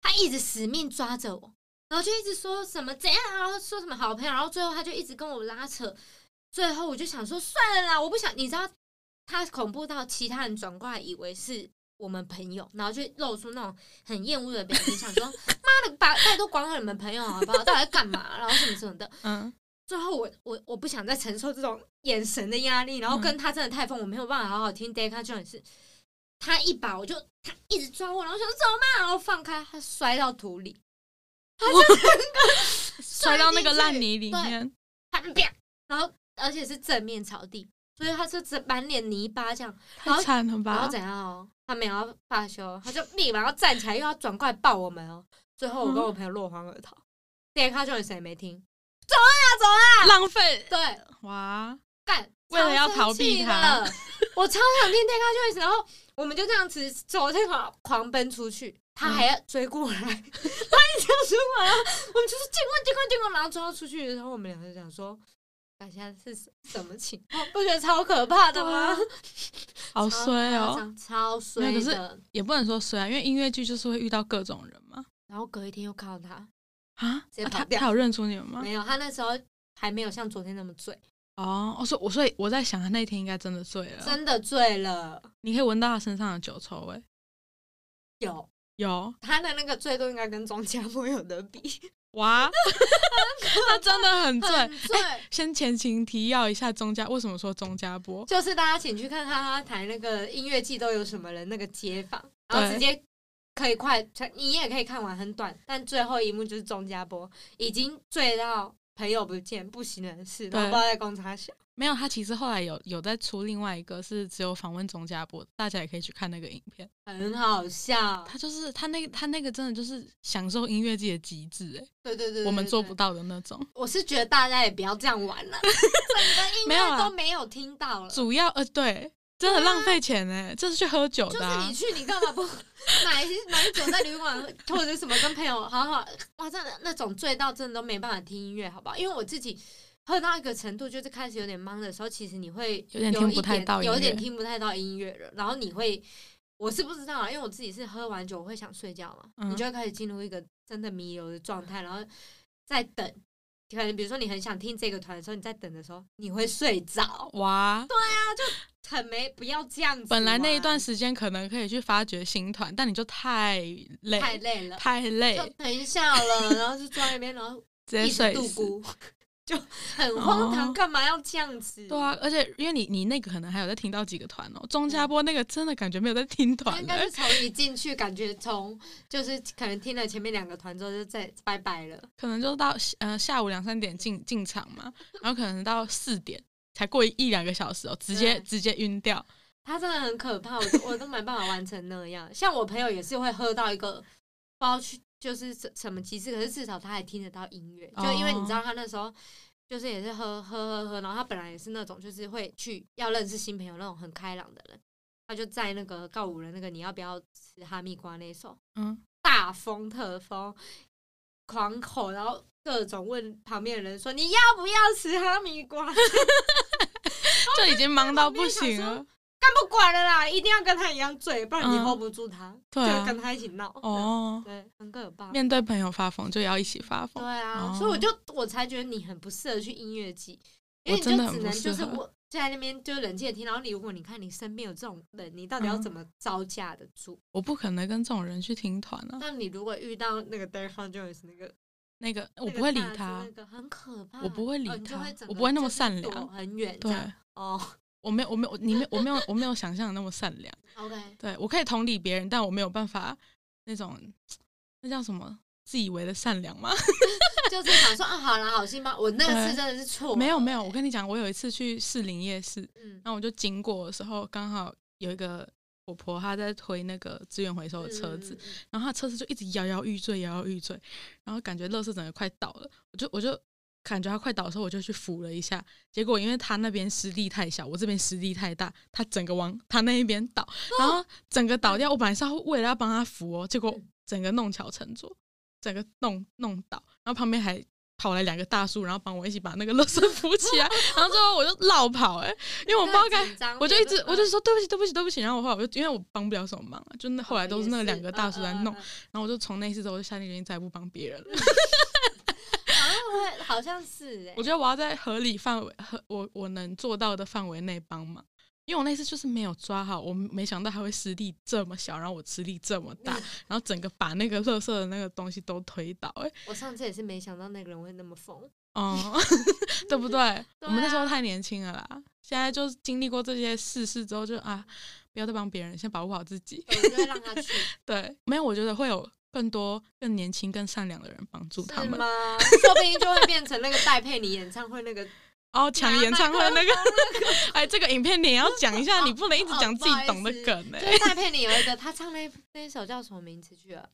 他一直死命抓着我，然后就一直说什么怎样，啊然后说什么好朋友，然后最后他就一直跟我拉扯，最后我就想说算了啦，我不想，你知道他恐怖到其他人转过来以为是我们朋友，然后就露出那种很厌恶的表情，想说 妈的，把拜托管好你们朋友好不好？到底在干嘛？然后什么什么的，
嗯，
最后我我我不想再承受这种眼神的压力，然后跟他真的太疯，我没有办法好好听 Deca Jones。他一把我就他一直抓我，然后想说怎么办，然后放开他摔到土里，
摔到那个烂泥里
对
面，
他就啪，然后而且是正面朝地，所以他是整满脸泥巴这样，然
太
后
惨了
然后
吧
怎？样哦，他没有要罢休，哦他就立马要站起来，又要转过来抱我们哦。最后我跟我朋友落荒而逃，Deca Jones 也没听，
浪费
对，
哇！
干，
为了要逃避他
超生气的，我超想听 Take a Choice，然后我们就这样子走这条狂奔出去，
嗯
他还要追过来， 他一直要追过来，然后我们就是结果结果结果，然后追到出去的时候，我们两个想说。感现在是什么情况？ 不觉得超可怕的吗？
啊好衰哦，
超夸张，超衰
没有可
的。
也不能说衰啊，因为音乐剧就是会遇到各种人嘛。
然后隔一天又看到他，
啊，啊
接跑
他
掉
他有认出你们吗？
没有，他那时候还没有像昨天那么醉，
哦，我说我所以我在想，他那天应该真的醉了。
真的醉了。
你可以闻到他身上的酒臭味，
有
有
他的那个醉度应该跟庄家莫有得比，
哇，那真的很
很
醉。哎
醉。
先前情提要一下钟家，为什么说钟家波？
就是大家请去看看他谈那个音乐季都有什么人那个街访，然后
对
直接可以快，你也可以看完很短，但最后一幕就是钟家波已经醉到朋友不见不省人事，然后不知道在公差小。
没有，他其实后来有有再出另外一个是只有访问钟家波，大家也可以去看那个影片。
很好笑，
他就是他那他那个真的就是享受音乐季的极致、欸，
对对对对
我们做
对
不到的那种。
我是觉得大家也不要这 样玩了，整个
没
音
有
乐
啊
都没有听到了。
主要呃，对，真的
对啊
浪费钱哎、这是去喝酒的、
就是
啊
你。去，你干嘛 不买买酒在旅馆或者是什么跟朋友好好哇？真的那种醉到真的都没办法听音乐，好不好？因为我自己喝到一个程度，就是开始有点懵的时候，其实你会
有点
一
听不太欸到音乐
有一点听不太到音乐了。然后你会，我是不知道啊，因为我自己是喝完酒我会想睡觉嘛，
嗯
你就会开始进入一个真的弥留的状态，然后再等。可能比如说你很想听这个团的时候，你在等的时候你会睡着，
哇，
很没不要这样子玩。
本来那一段时间可能可以去发掘新团，但你就太累，
太累了，
太累，
就等一下了，然后就坐在那边，然 后
直接
一直
睡
度
死。
孤， 就很荒唐，
哦
干嘛要这样子？
对啊，，而且因为你你那个可能还有在听到几个团
嗯
哦，钟家波那个真的感觉没有在听团
应
的、
该是从一进去，感觉从就是可能听了前面两个团之后就再拜拜了，
可能就到呃下午两三点进进场 嘛，然后可能到四点才过一一两个小时哦，直接
对
直接晕掉。
他真的很可怕，我都我都没办法完成那样。像我朋友也是会喝到一个不知道去就是什什么极致，可是至少他还听得到音乐，就因为你知道他那时候。就是也是喝喝喝喝，然后他本来也是那种就是会去要认识新朋友那种很开朗的人，他就在那个告五人那个你要不要吃哈密瓜那一首，
嗯，
大疯特疯，狂吼，然后各种问旁边的人说：“你要不要吃哈密瓜？”
就已经忙到
旁边
不
想
行
说
了。
干不管了啦，一定要跟他一样醉，不然你
嗯
hold 不住他，
对啊
就跟他一起闹。
哦，
对，很可怕。
面对朋友发疯就要一起发
对
疯。
啊，
哦
所以我就我才觉得你很不适合去音乐季，因为你
我
就
真的很
只
不
能
适
就是
合
我就在那边就冷静的听，然后你如果你看你身边有这种人，你到底要
嗯
怎么招架得住？
我不可能跟这种人去听团啊。
那你如果遇到那个 d e r k Jones 那个
那个我
那个
不会理
大只
他
那，个很可怕，
我不会理
哦你就
他
会整
我
个
不会那么
就是
善
躲
良
很远这
对
样。哦
我没有，我没有，你没有，我没有，我没有想象的那么善良。
，OK，
对我可以同理别人，但我没有办法那种那叫什么自以为的善良 吗？
就是想说啊，好啦，好心吧，我那个
对
次真的是错了，
没有，没有。我
欸
跟你讲，我有一次去士林夜市，
嗯
然后我就经过的时候，刚好有一个婆婆她在推那个资源回收的车
嗯
子，，然后她车子就一直摇摇欲坠，摇摇欲坠，然后感觉乐色整个快倒了，我就我就感觉她快倒的时候，我就去扶了一下，结果因为她那边施力太小，我这边施力太大，她整个往她那一边倒，然后整个倒掉。我本来是要为了要帮她扶哦，结果
嗯
整个弄巧成拙，整个弄弄倒，然后旁边还。跑来两个大叔，然后帮我一起把那个垃圾 扶起来，然后最后我就绕跑哎、欸因为我不知道该
该
我就一直我就说对不起对不起对不起，然后我后来我就因为我帮不了什么忙啊，就那后来都是那嗯个两个大叔在弄，
好
然后我就从那一次之后我就下定决心再也不帮别人了。
像会好像是哎
我，觉得我要在合理范围和我我能做到的范围内帮忙，因为我那次就是没有抓好，我没想到它会施力这么小，然后我施力这么大，然后整个把那个垃圾的那个东西都推倒、欸，哎，
我上次也是没想到那个人会那么疯，
哦， 对不对？啊我们那时候太年轻了啦，现在就经历过这些世事之后就啊，不要再帮别人，先保护好自己。
我就会让他 去，
对，没有，我觉得会有更多更年轻、更善良的人帮助他
是
们。
吗？说不定就会变成那个戴佩妮演唱会那个，
哦，抢演唱会那个， 哎，这个影片你也要讲一下，
哦
你不能一直讲自己懂的梗呢、欸
就是戴佩妮有一个，她唱那那一首叫什么名字去了？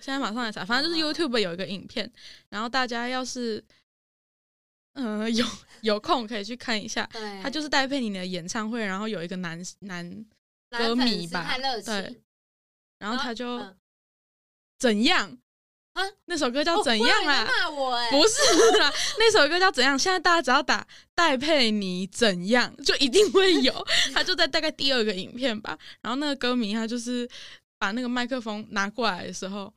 现在马上来查，反正就是
哦
YouTube 有一个影片，然后大家要是嗯、呃有有空可以去看一下。
对，
他就是戴佩妮的演唱会，然后有一个男男，
男
歌
粉
迷
丝
吧
太热情，
对然后他就
嗯
怎样
啊？
那首歌叫
哦
怎
我以为
样啊
你
啦？
骂我哎，
不是啦，那首歌叫怎样？现在大家只要打戴佩妮怎样， 就一定会 有。他就在大概第二个影片吧，然后那个歌迷他就是把那个麦克风拿过来的时候，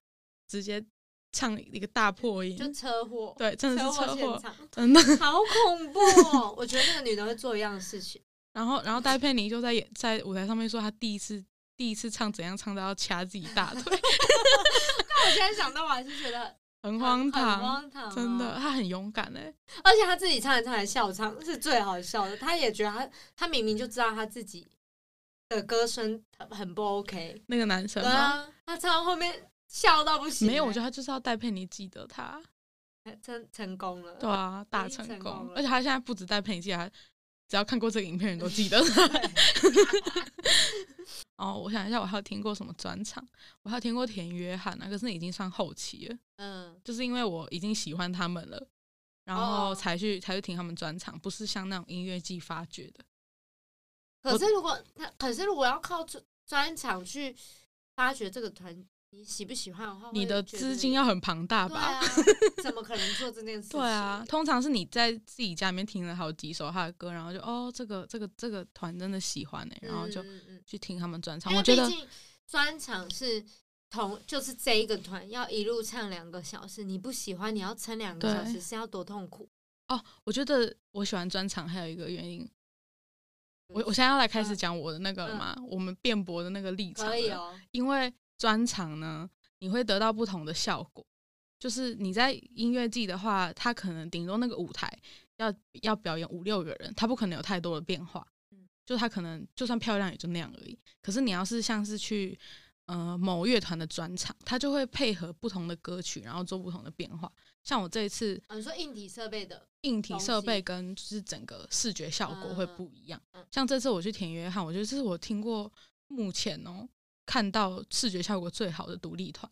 直接唱一个大破音，
就车祸，
对，真的是
车
车
现
祸，
场，
真的。
好恐怖哦！我觉得那个女的会做一样的事情，
然后，然后戴佩妮就在演在舞台上面说，她第一次第一次唱怎样唱到要掐自己大腿，
但我现在想到我还是觉得
很荒
很
唐，
荒唐啊
真的，。他很勇敢哎、
而且他自己唱一唱还笑唱，是最好笑的。他也觉得他他明明就知道他自己的歌声很很不 OK，
那个男生
对
吗？
啊，他唱到后面笑到不行、
没有，我觉
得
得他就是要戴佩妮记得他，
真成功了。
对啊，大
已经
成
成
功
功，了
而且他现在不止戴佩妮记得他，只要看过这个影片的人都记 得 他。
对，
哦，我想一下，我还有听过什么专场？我还有听过田约翰啊，可是那已经算后期了，
嗯，
就是因为我已经喜欢他们了，然后
哦
才去、才去听他们专场，不是像那种音乐季发掘的。
可是如果他，可是如果要靠专专场去发掘这个团，你喜不喜欢的话，
你的
哦会觉得
资金要很庞大
对
吧？
啊，怎么可能做这件事情？
对啊，通常是你在自己家里面听了好几首他的歌，然后就哦，这个这个这个团真的喜欢呢、
嗯，
然后就
嗯嗯嗯
去听他们专场。
因
我
为
觉
毕
得
竟专场是同，就是这一个团要一路唱两个小时，你不喜欢你要撑两个小时
对
是要多痛苦。
哦，我觉得我喜欢专场还有一个原因，我我
嗯
现在要来开始
嗯
讲我的那个了嘛，我们辩驳的那个立场
可以
了
哦，
因为专场呢，你会得到不同的效果。就是你在音乐季的话，他可能顶多那个舞台要要表演五六个人，他不可能有太多的变化
嗯。
就他可能就算漂亮也就那样而已。可是你要是像是去呃某乐团的专场，他就会配合不同的歌曲，然后做不同的变化。像我这一次
啊你说硬体设备的，
硬体
东
设备
西
跟就是整个视觉效果会不一样
嗯嗯。
像这次我去田约翰，我觉得这是我听过目前哦看到视觉效果最好的独立团，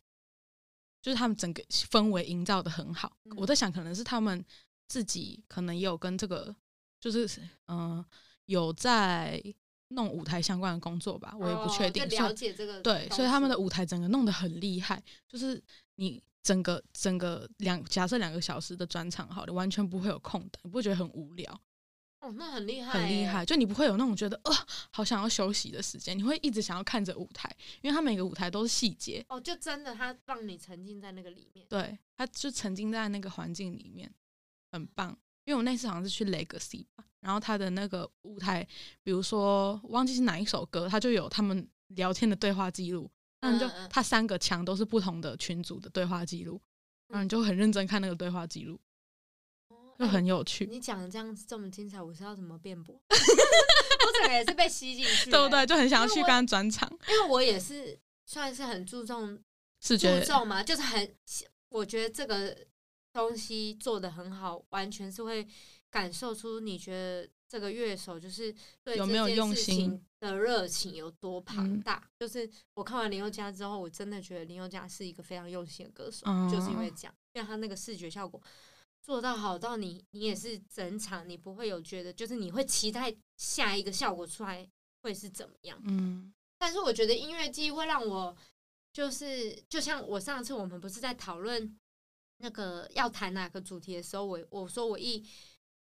就是他们整个氛围营造的很好。
嗯
我在想，可能是他们自己可能也有跟这个就是嗯、呃有在弄舞台相关的工作吧，我也不确定。
哦就
所以
了解这个
对，
东
所以他们
西
的舞台整个弄得很厉害，就是你整个整个两假设两个小时的专场好了，完全不会有空档，你不会觉得很无聊，
哦，那很厉害，
很厉害，。就你不会有那种觉得哦、好想要休息的时间，你会一直想要看着舞台，因为它每个舞台都是细节，
哦，就真的他让你沉浸在那个里面，
对，它就沉浸在那个环境里面，很棒。因为我那次好像是去 Legacy 吧，然后它的那个舞台，比如说忘记是哪一首歌，它就有他们聊天的对话记录，那你就
嗯嗯
它三个墙都是不同的群组的对话记录，然后你就很认真看那个对话记录，
哦
就
嗯哎
很有趣，
你讲的这样子这么精彩，我是要怎么辩驳？ 我整个也是被吸进 去，
对不对？？就很想要
因为
去
我
跟他转场，
因为我也是算是很注重
视
注
觉
重嘛，就是很，我觉得这个东西做的很好，完全是会感受出你觉得这个乐手就是对
有没有
这件
用
事
心
情的热情有多庞
嗯
大。就是我看完林宥嘉之后，我真的觉得林宥嘉是一个非常用心的歌手，
嗯
就是因为这样，因为他那个视觉效果。做到好到你，你也是整场，你不会有觉得，就是你会期待下一个效果出来会是怎么样。
嗯
但是我觉得音乐季会让我，就是就像我上次我们不是在讨论那个要谈哪个主题的时候，我我说我一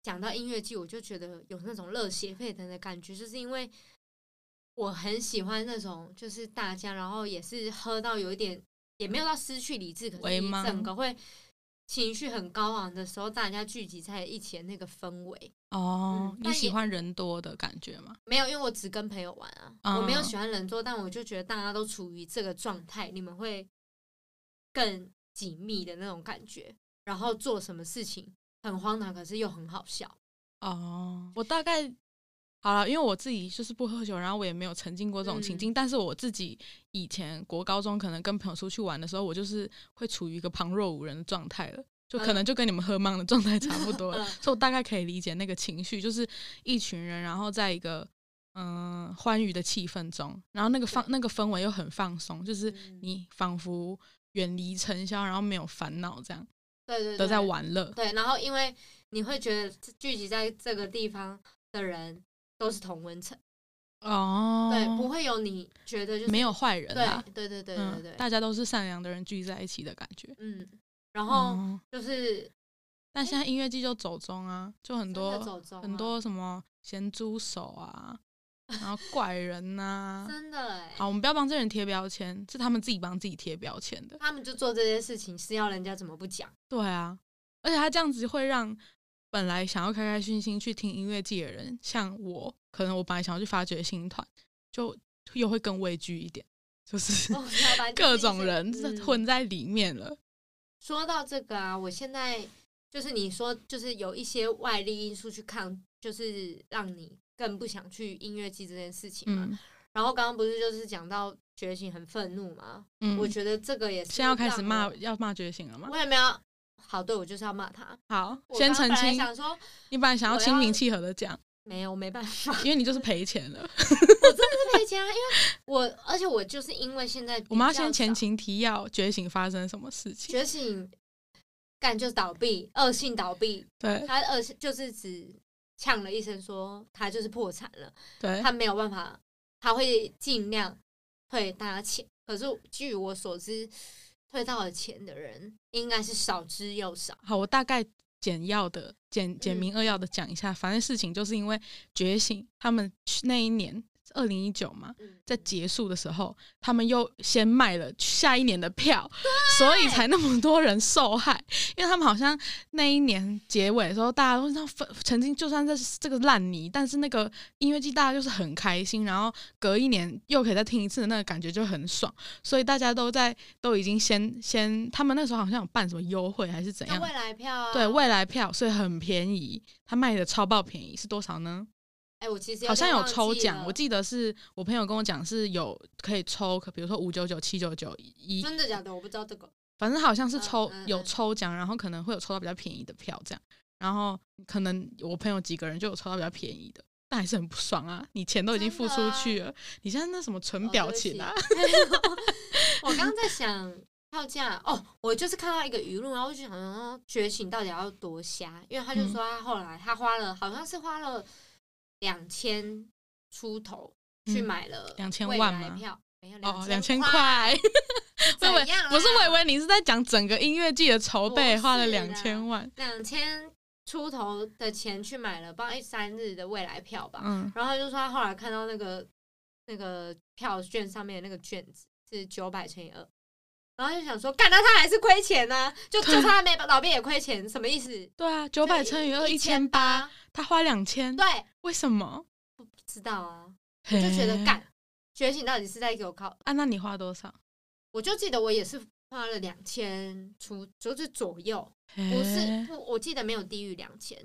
讲到音乐季，我就觉得有那种热血沸腾的感觉，就是因为我很喜欢那种就是大家，然后也是喝到有一点也没有到失去理智，可是
微
你
茫
整个会情绪很高昂的时候，大家聚集在一起的那个氛围。
哦，
嗯
你
但
喜
也
欢人多的感觉吗？
没有，因为我只跟朋友玩啊，
嗯
我没有喜欢人多，但我就觉得大家都处于这个状态，你们会更紧密的那种感觉，然后做什么事情很荒唐，可是又很好笑。
哦，我大概好了，因为我自己就是不喝酒，然后我也没有沉浸过这种情
嗯
境。但是我自己以前国高中可能跟朋友出去玩的时候，我就是会处于一个旁若无人的状态了。就可能就跟你们喝懵的状态差不多了，
嗯
所以我大概可以理解那个情绪，就是一群人，然后在一个嗯、欢愉的气氛中，然后那个放
对
那个氛围又很放松，就是
嗯
你仿佛远离尘嚣，然后没有烦恼，这样
对对对，
的在玩乐。
对，然后因为你会觉得聚集在这个地方的人都是同温层，
哦，
对，不会有你觉得就是
没有坏人
对
啦，
对对对对
嗯，
对，
大家都是善良的人聚在一起的感觉。
嗯，然后
嗯，
就是
但现在音乐季就走中啊，就很
真的
多
走中啊
很多什么咸猪手啊，然后怪人呐、
真的哎、
好，我们不要帮这些人贴标签，是他们自己帮自己贴标签 的。
欸他们就做这些事情是要人家怎么不讲。
对啊，而且他这样子会让本来想要开开心心去听音乐季的人，像我，可能我本来想要去发掘新团，就又会更畏惧一点，就是
哦哦，要不然就 是
各
一
种
些
人
嗯
混在里面了。
说到这个啊，我现在就是你说，就是有一些外力因素去抗，就是让你更不想去音乐季这件事情嘛。
嗯
然后刚刚不是就是讲到觉醒很愤怒嘛？
嗯，
我觉得这个也是哦
现在要开
让
始
我
骂，要骂觉醒了吗
我？也没有。好，对我就是要骂他。
好，
我
先
刚
澄
刚本来
清，
想说
你本来想要
我要
心平气和的讲，
没有，我没 办法，
因为你就是赔钱了。
是赔钱啊，因为我而且我就是因为现在
我们要
比较
先前
少
情提要，觉醒发生什么事情？
觉醒，干就倒闭，恶性倒闭，
对
他恶性就是只呛了一声说他就是破产了，
对，
他没有办法，他会尽量退大家钱，可是据我所知，退到了钱的人应该是少之又少，
好，我大概简要的、简
嗯
简明扼要的讲一下，反正事情就是因为觉醒他们去那一年二零一九嘛，
嗯，
在结束的时候，他们又先卖了下一年的票，所以才那么多人受害。因为他们好像那一年结尾的时候，大家都像分曾经就算在这个烂泥，但是那个音乐季大家就是很开心，然后隔一年又可以再听一次，那个感觉就很爽。所以大家都在都已经先先，他们那时候好像有办什么优惠还是怎
就
样
未。来票啊，
对未来票，所以很便宜，他卖的超爆便宜，是多少呢？
哎，我其实
好像
点
有
忘
抽
记
奖，
了
我记得是我朋友跟我讲是有可以抽，可比如说五九九、七九九一，
真的假的，我不知道这个，
反正好像是
嗯
抽、
嗯
有
嗯
抽奖，然后可能会有抽到比较便宜的票这样，然后可能我朋友几个人就有抽到比较便宜的。但还是很不爽啊！你钱都已经
真
付
的
出
啊
去了，你现在那什么纯
哦
表
对不
情
起
啊？
我刚刚在想票价哦，我就是看到一个舆论，然后我就想说觉醒到底要多瞎，因为他就
嗯
说他后来他花了好像是花了两千出头去
嗯
买了
2000
未
万
来
吗
票，没有
哦，
两
两千
块，
块，
怎
我以为
样啦？啊
不是我以为你是在讲整个音乐季的筹
不
备花了
是
两
啦
千万，
两千出头的钱去买了，不知道一三日的未来票吧，
嗯，
然后他就说他后来看到那个那个票券上面的那个卷子是九百乘以二，然后就想说，干，那他还是亏钱呢、就就算他没老变也亏钱，什么意思？
对啊，九百乘以二
一
一千八，
八，
他花两千，
对，
为什么？
不知道啊，我就觉得
嘿
干，觉醒到底是在给我考？
啊，那你花多少？
我就记得我也是花了两千出，就是左右，不是
嘿
不，我记得没有低于两千，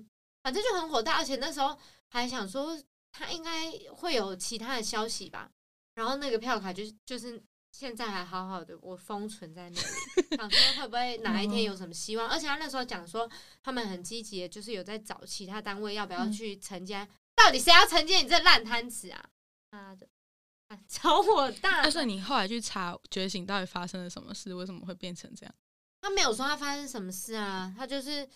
反正就很火大，而且那时候还想说他应该会有其他的消息吧，然后那个票卡就是就是现在还好好的，我封存在那里，想说会不会哪一天有什么希望，而且他那时候讲说他们很积极，就是有在找其他单位要不要
嗯
去承接，到底谁要承接你这烂摊子啊？妈的！ 啊找我大
但是你后来去查觉醒到底发生了什么事，为什么会变成这样？
他没有说他发生什么事啊，他就是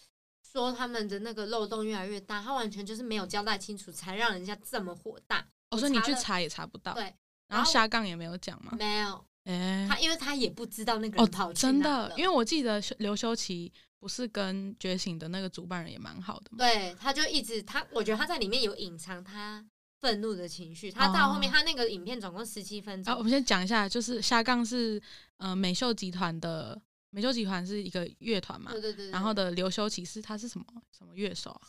说他们的那个漏洞越来越大，他完全就是没有交代清楚，才让人家这么火大。
哦，所以你去
查了
查也查不到，
对，
然
然
后
后
下杠也没有讲嘛。
没有
哎、
他，因为他也不知道那个
哦
人跑，去
真
哪
的
了，
因为我记得刘修齐不是跟觉醒的那个主办人也蛮好的嘛。
对，他就一直他，我觉得他在里面有隐藏他愤怒的情绪。他到后面，
哦
他那个影片总共十七分
啊然后我们
钟，
先讲一下，就是下杠是呃美秀集团的，美秀集团是一个乐团嘛
对，对对对，
然后的刘修齐是他是什么什么乐手啊？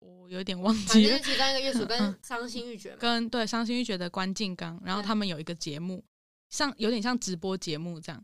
我有点忘
反
记
正
了
就。其中一 个乐手
嗯
跟伤心欲绝嘛，
跟对伤心欲绝的关敬刚，然后
对
他们有一个节目，像有点像直播节目这样，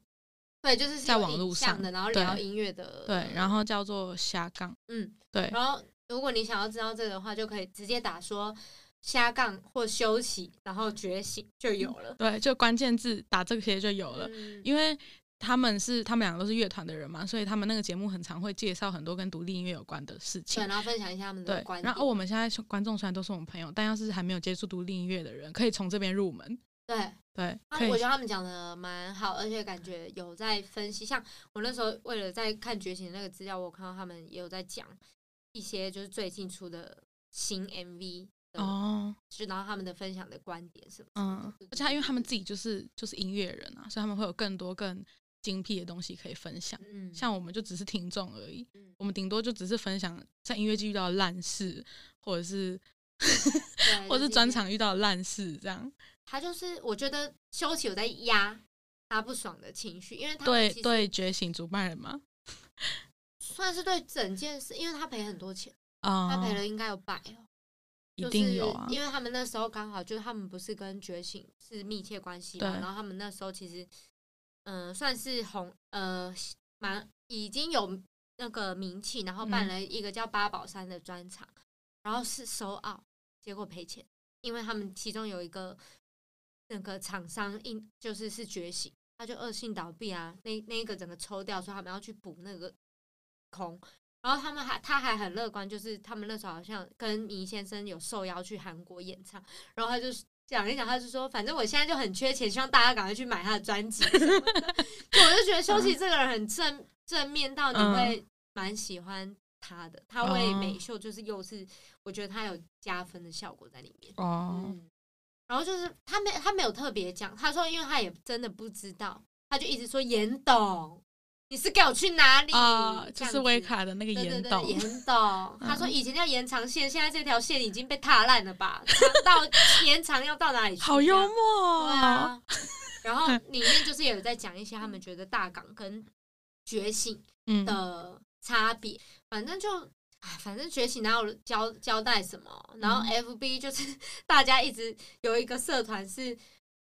对，就是是
在
有
网
影
络
像
上
的，然后
对
聊音乐的，
对，然后叫做下杠，
嗯，
对，
然后，如果你想要知道这个的话，就可以直接打说瞎杠或休息，然后觉醒就有了。
对，就关键字打这些就有了，
嗯，
因为。他们是他们两个都是乐团的人嘛，所以他们那个节目很常会介绍很多跟独立音乐有关的事情
对，。然后分享一下他们的
对
观，点。
然后我们现在观众虽然都是我们朋友，但要是还没有接触独立音乐的人，可以从这边入门。
对，
对，
啊
可以
我觉得他们讲的蛮好，而且感觉有在分析。像我那时候为了在看《觉醒》那个资料，我看到他们也有在讲一些就是最近出的新 MV 的，
哦，
就然后他们的分享的观点什么什么
嗯
的。，
而且他因为他们自己就是就是音乐人啊，所以他们会有更多更精辟的东西可以分享。
嗯，
像我们就只是听众而已
嗯，
我们顶多就只是分享在音乐剧遇到的烂事，或者是
对
或
就是一
专
些
场遇到的烂事这样。
他就是我觉得休息有在压他不爽的情绪，因为他
对
其实
对，觉醒主办人嘛，
算是对整件事，因为他赔很多钱，他
啊、
赔了应该有百哦，
一定有啊
就，是因为他们那时候刚好就是他们不是跟觉醒是密切关系嘛，
对
然后他们那时候其实嗯、呃算是红呃蛮已经有那个名气，然后办
嗯
了一个叫八宝山的专场，然后是收澳，结果赔钱，因为他们其中有一个那个厂商应就是是觉醒，他就恶性倒闭啊，那那一个整个抽掉，说他们要去补那个空。然后他们还他还很乐观，就是他们那时候好像跟倪先生有受邀去韩国演唱，然后他就是讲一讲，他就说反正我现在就很缺钱，希望大家赶快去买他的专辑什么的。就我就觉得休息这个人很正正面到你
嗯
会蛮喜欢他的，他为美秀就是又是我觉得他有加分的效果在里面。
哦，
嗯，然后就是他没他没有特别讲，他说因为他也真的不知道，他就一直说严董，你是给我去哪里？
啊，
这
就
样
是威
子
卡的那个
对对
岩
对，
洞，
岩洞。他
嗯
说以前叫延长线，现在这条线已经被踏烂了吧？长到延长要到哪里去？
好幽默哦。
这样。对啊。然后里面就是有在讲一些他们觉得大港跟觉醒
嗯，
的差别，反正就。哎，反正觉醒哪有交交代什么？然
嗯
后 FB 就是大家一直有一个社团是，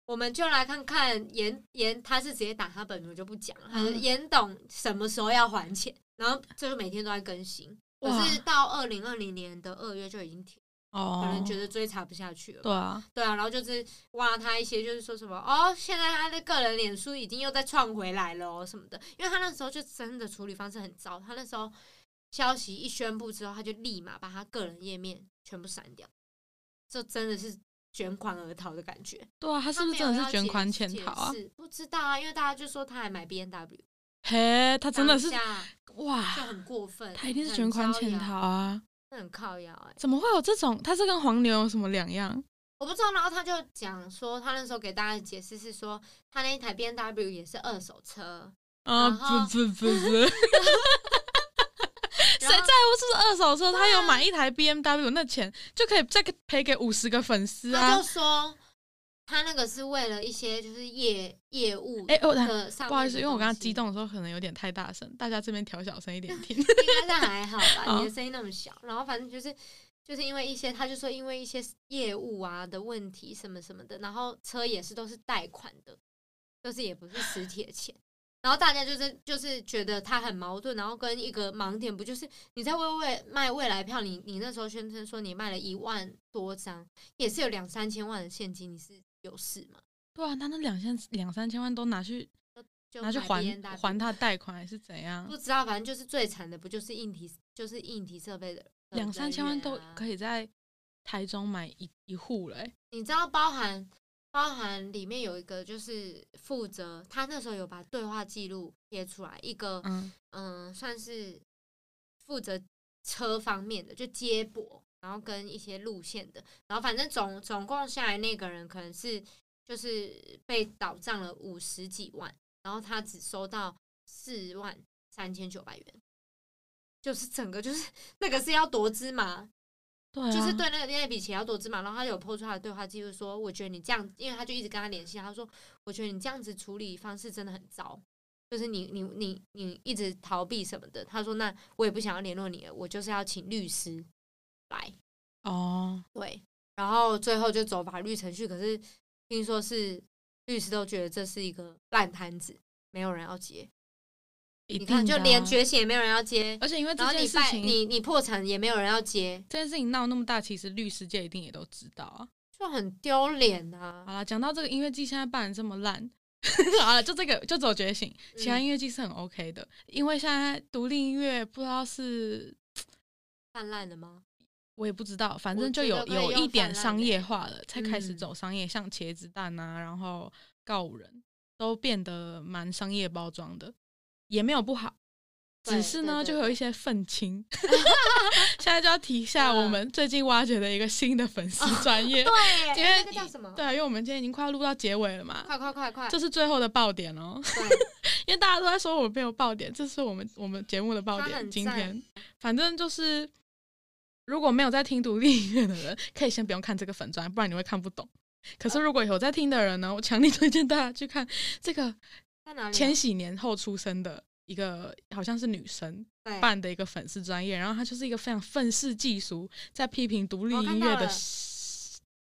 我们就来看看严严，他是直接打他本名，我就不讲了。他说
嗯
严董什么时候要还钱？然后就是每天都在更新，可
哇
是到二零二零年的二月就已经停，可
哦，
能觉得追查不下去了吧。
对啊，
对啊，然后就是挖他一些，就是说什么哦，现在他的个人脸书已经又再创回来了哦什么的，因为他那时候就真的处理方式很糟，他那时候消息一宣布之后，他就立马把他个人页面全部删掉，这真的是卷款而逃的感觉。
对啊，他
他
是不是
没有
真的
要
是卷
解
款潜逃啊
解？释？不知道啊，因为大家就说他还买 B N W，
嘿，他真的是
就
哇，
很过分，
他一定是卷款潜逃啊！
很招摇，很靠摇哎、
怎么会有这种？他是跟黄牛有什么两样？
我不知道，然后他就讲说，他那时候给大家的解释是说，他那一台 B N W 也是二手车，
啊，
然后
不不不不，谁
然
在
后
乎是不是二手车？
对啊
他有买一台 BMW，那钱就可以再给赔给五十个粉丝
他
啊
就！说他那个是为了一些就是业业务
哎，我
的上面的东西、
不好意思，因为我刚刚激动的时候可能有点太大声，大家这边调小声一点 听。
应该是还好吧，
好
你的声音那么小，然后反正就是就是因为一些，他就说因为一些业务啊的问题什么什么的，然后车也是都是贷款的，就是也不是实体的钱。然后大家就是就是觉得他很矛盾，然后跟一个盲点不就是你在为未卖未来票，你你那时候宣称说你卖了一万多张，也是有两三千万的现金，你是有事吗？
对啊，他那两千两三千万都拿去
就
拿去
买
还
B&W
还他贷款还是怎样
不？知道，反正就是最惨的不就是硬体就是硬体设备的啊
两三千万都
以。
可以在台中买一一户嘞、
你知道包含包含里面有一个就是负责，他那时候有把对话记录贴出来，一个
嗯，
嗯、呃算是负责车方面的，就接驳，然后跟一些路线的，然后反正总总共下来那个人可能是就是被倒账了五十几万，然后他只收到四万三千九百元。就是整个就是 那个是要夺芝麻，
对啊，
就是对那个那笔钱要多芝麻，然后他有抛出他的对话记录说，我觉得你这样，因为他就一直跟他联系，他说我觉得你这样子处理方式真的很糟，就是你你你你一直逃避什么的。他说那我也不想要联络你了，我就是要请律师来，
哦，
对，然后最后就走法律程序，可是听说是律师都觉得这是一个烂摊子，没有人要接，
一
你
定
看
的
就
啊
连，觉醒也没有人要接，
而且因为
然
这
后
件
你
事
败
情，
你你破产也没有人要接，
这件事情闹那么大，其实律师界一定也都知道啊。
就很丢脸啊。
好啦，讲到这个音乐季现在办的这么烂， 好了，就这个就走觉醒，其他
嗯
音乐季是很 OK 的，因为现在独立音乐不知道是
泛滥了吗？
我也不知道，反
我
正就
觉
有
得可以
有
用
一点
泛滥
商
的
业化了，才开始
嗯
走商业，像茄子蛋啊，然后告五人都变得蛮商业包装的，也没有不好，
对
只是呢，
对对
就有一些愤青。 现在就要提一下我们最近挖掘的一个新的粉丝专业，
嗯哦对，
因为
那个叫什么？
对，啊，因为我们今天已经快要录到结尾了嘛，
快快快快！
这是最后的爆点哦。
对，
因为大家都在说我没有爆点，这是我们我们节目的爆
他很
点。今
赞
天反正就是，如果没有在听独立音乐的人，可以先不用看这个粉砖，不然你会看不懂。可是如果有在听的人呢，我强力推荐大家去看这个
在哪里啊？
千禧年后出生的一个好像是女生
对
办的一个粉丝专业，然后她就是一个非常愤世嫉俗，在批评独立
我看
音
到
乐的
了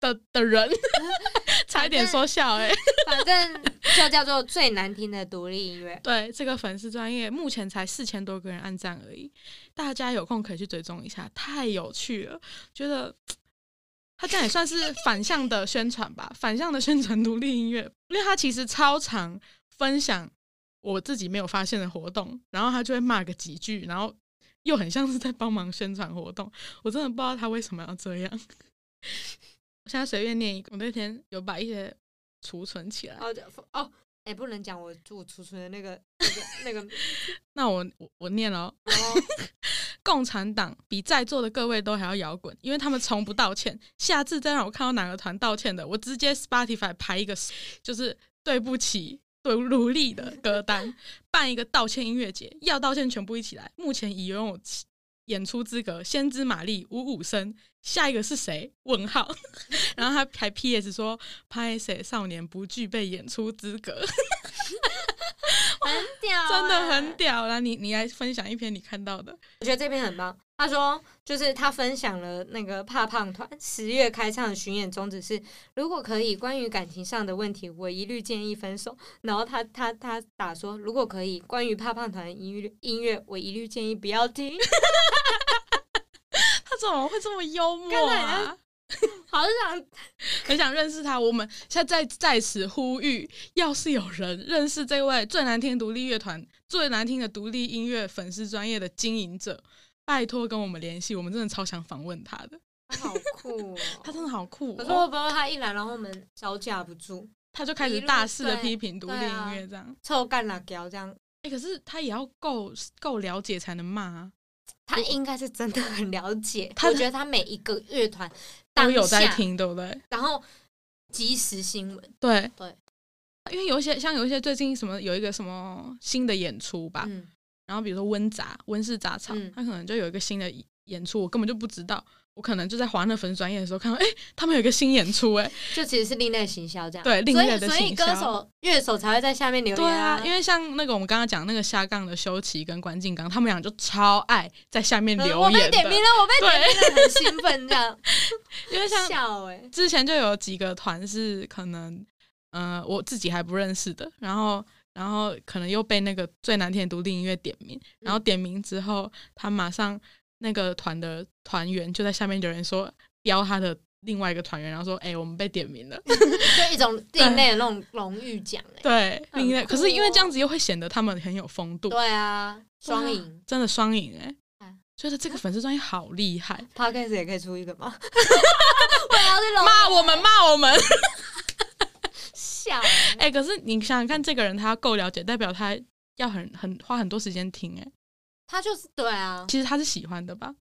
的的人， 差一点说笑哎、
反正就叫做最难听的独立音乐。
对，这个粉丝专业目前才四千多个人按赞而已，大家有空可以去追踪一下，太有趣了。觉得他这样也算是反向的宣传吧，反向的宣传独立音乐，因为他其实超常分享我自己没有发现的活动，然后他就会骂个几句，然后又很像是在帮忙宣传活动，我真的不知道他为什么要这样。我现在随便念一个，我那天有把一些储存起来，
哦就哦，哎、不能讲我住储存的那个那个那个，
那我我我念了哦。
哦，
共产党比在座的各位都还要摇滚，因为他们从不道歉。下次再让我看到哪个团道歉的，我直接 Spotify 排一个，就是对不起。对努力的歌单，办一个道歉音乐节，要道歉全部一起来。目前已拥有演出资格，先知玛丽、五五声，下一个是谁？问号。 然后他还 PS 说，拍谁少年不具备演出资格，
很屌、欸
真的很。屌啦！你你来分享一篇你看到的，
我觉得这篇很棒。他说，就是他分享了那个怕胖团十月开唱的巡演宗旨是，如果可以，关于感情上的问题，我一律建议分手。然后他他他打说，如果可以，关于怕胖团的音乐音乐，我一律建议不要听。
他怎么会这么幽
刚
默
才好
啊
像？好想
很想认识他。我们现在在在此呼吁，要是有人认识这位最难听独立乐团、最难听的独立音乐粉丝专业的经营者，拜托跟我们联系，我们真的超想访问他的。
他 好酷、哦，
他真的好酷、
可是
哦，
会不会他一来，然后我们招架不住，
他就开始大肆的批评独立音乐这样。
臭干辣椒这样？
啊哎、可是他也要够够了解才能骂啊，
他应该是真的很了解，
他
我觉得他每一个乐团
都
当
有在
下，
听，对不对？
然后即时新闻，
对
对。
因为有一些像有一些最近什么有一个什么新的演出吧，
嗯，
然后比如说温杂温室杂草，
嗯
他可能就有一个新的演出，我根本就不知道。我可能就在华那粉丝专业的时候看到，哎、他们有一个新演出、 哎，
就其实是另类行销这样。
对另类的
所以所以
行销
歌手、乐手才会在下面留
对
言
啊，因
为
为像那个我们刚刚讲那个下杠的修齐跟关敬刚，他们俩就超爱在下面留
嗯我被
言
点名
的，
了，我被点名了，很兴奋这 样，
因为像
笑哎，
之前就有几个团是可能，呃，我自己还不认识的，然后然后可能又被那个最难听的独立音乐点名，然后
嗯
点名之后，他马上那个团的团员就在下面留言说标他的另外一个团员，然后说，哎、我们被点名 了，
就一种另类的那种荣誉奖哎。
对，
很
另外、
酷
可是因为这样
哦
子又会显得他们很有风度，
对啊，双
对啊
赢，
真的双赢哎
啊。
觉得这个粉丝专业好厉害，
podcast 也可以出一个吗？ 我也要去啊龙
骂我们骂我 们！
笑，
哎、可是你想想看，这个人他够了解，代表他要很很花很多时间听哎、
他就是对啊，
其实他是喜欢的吧？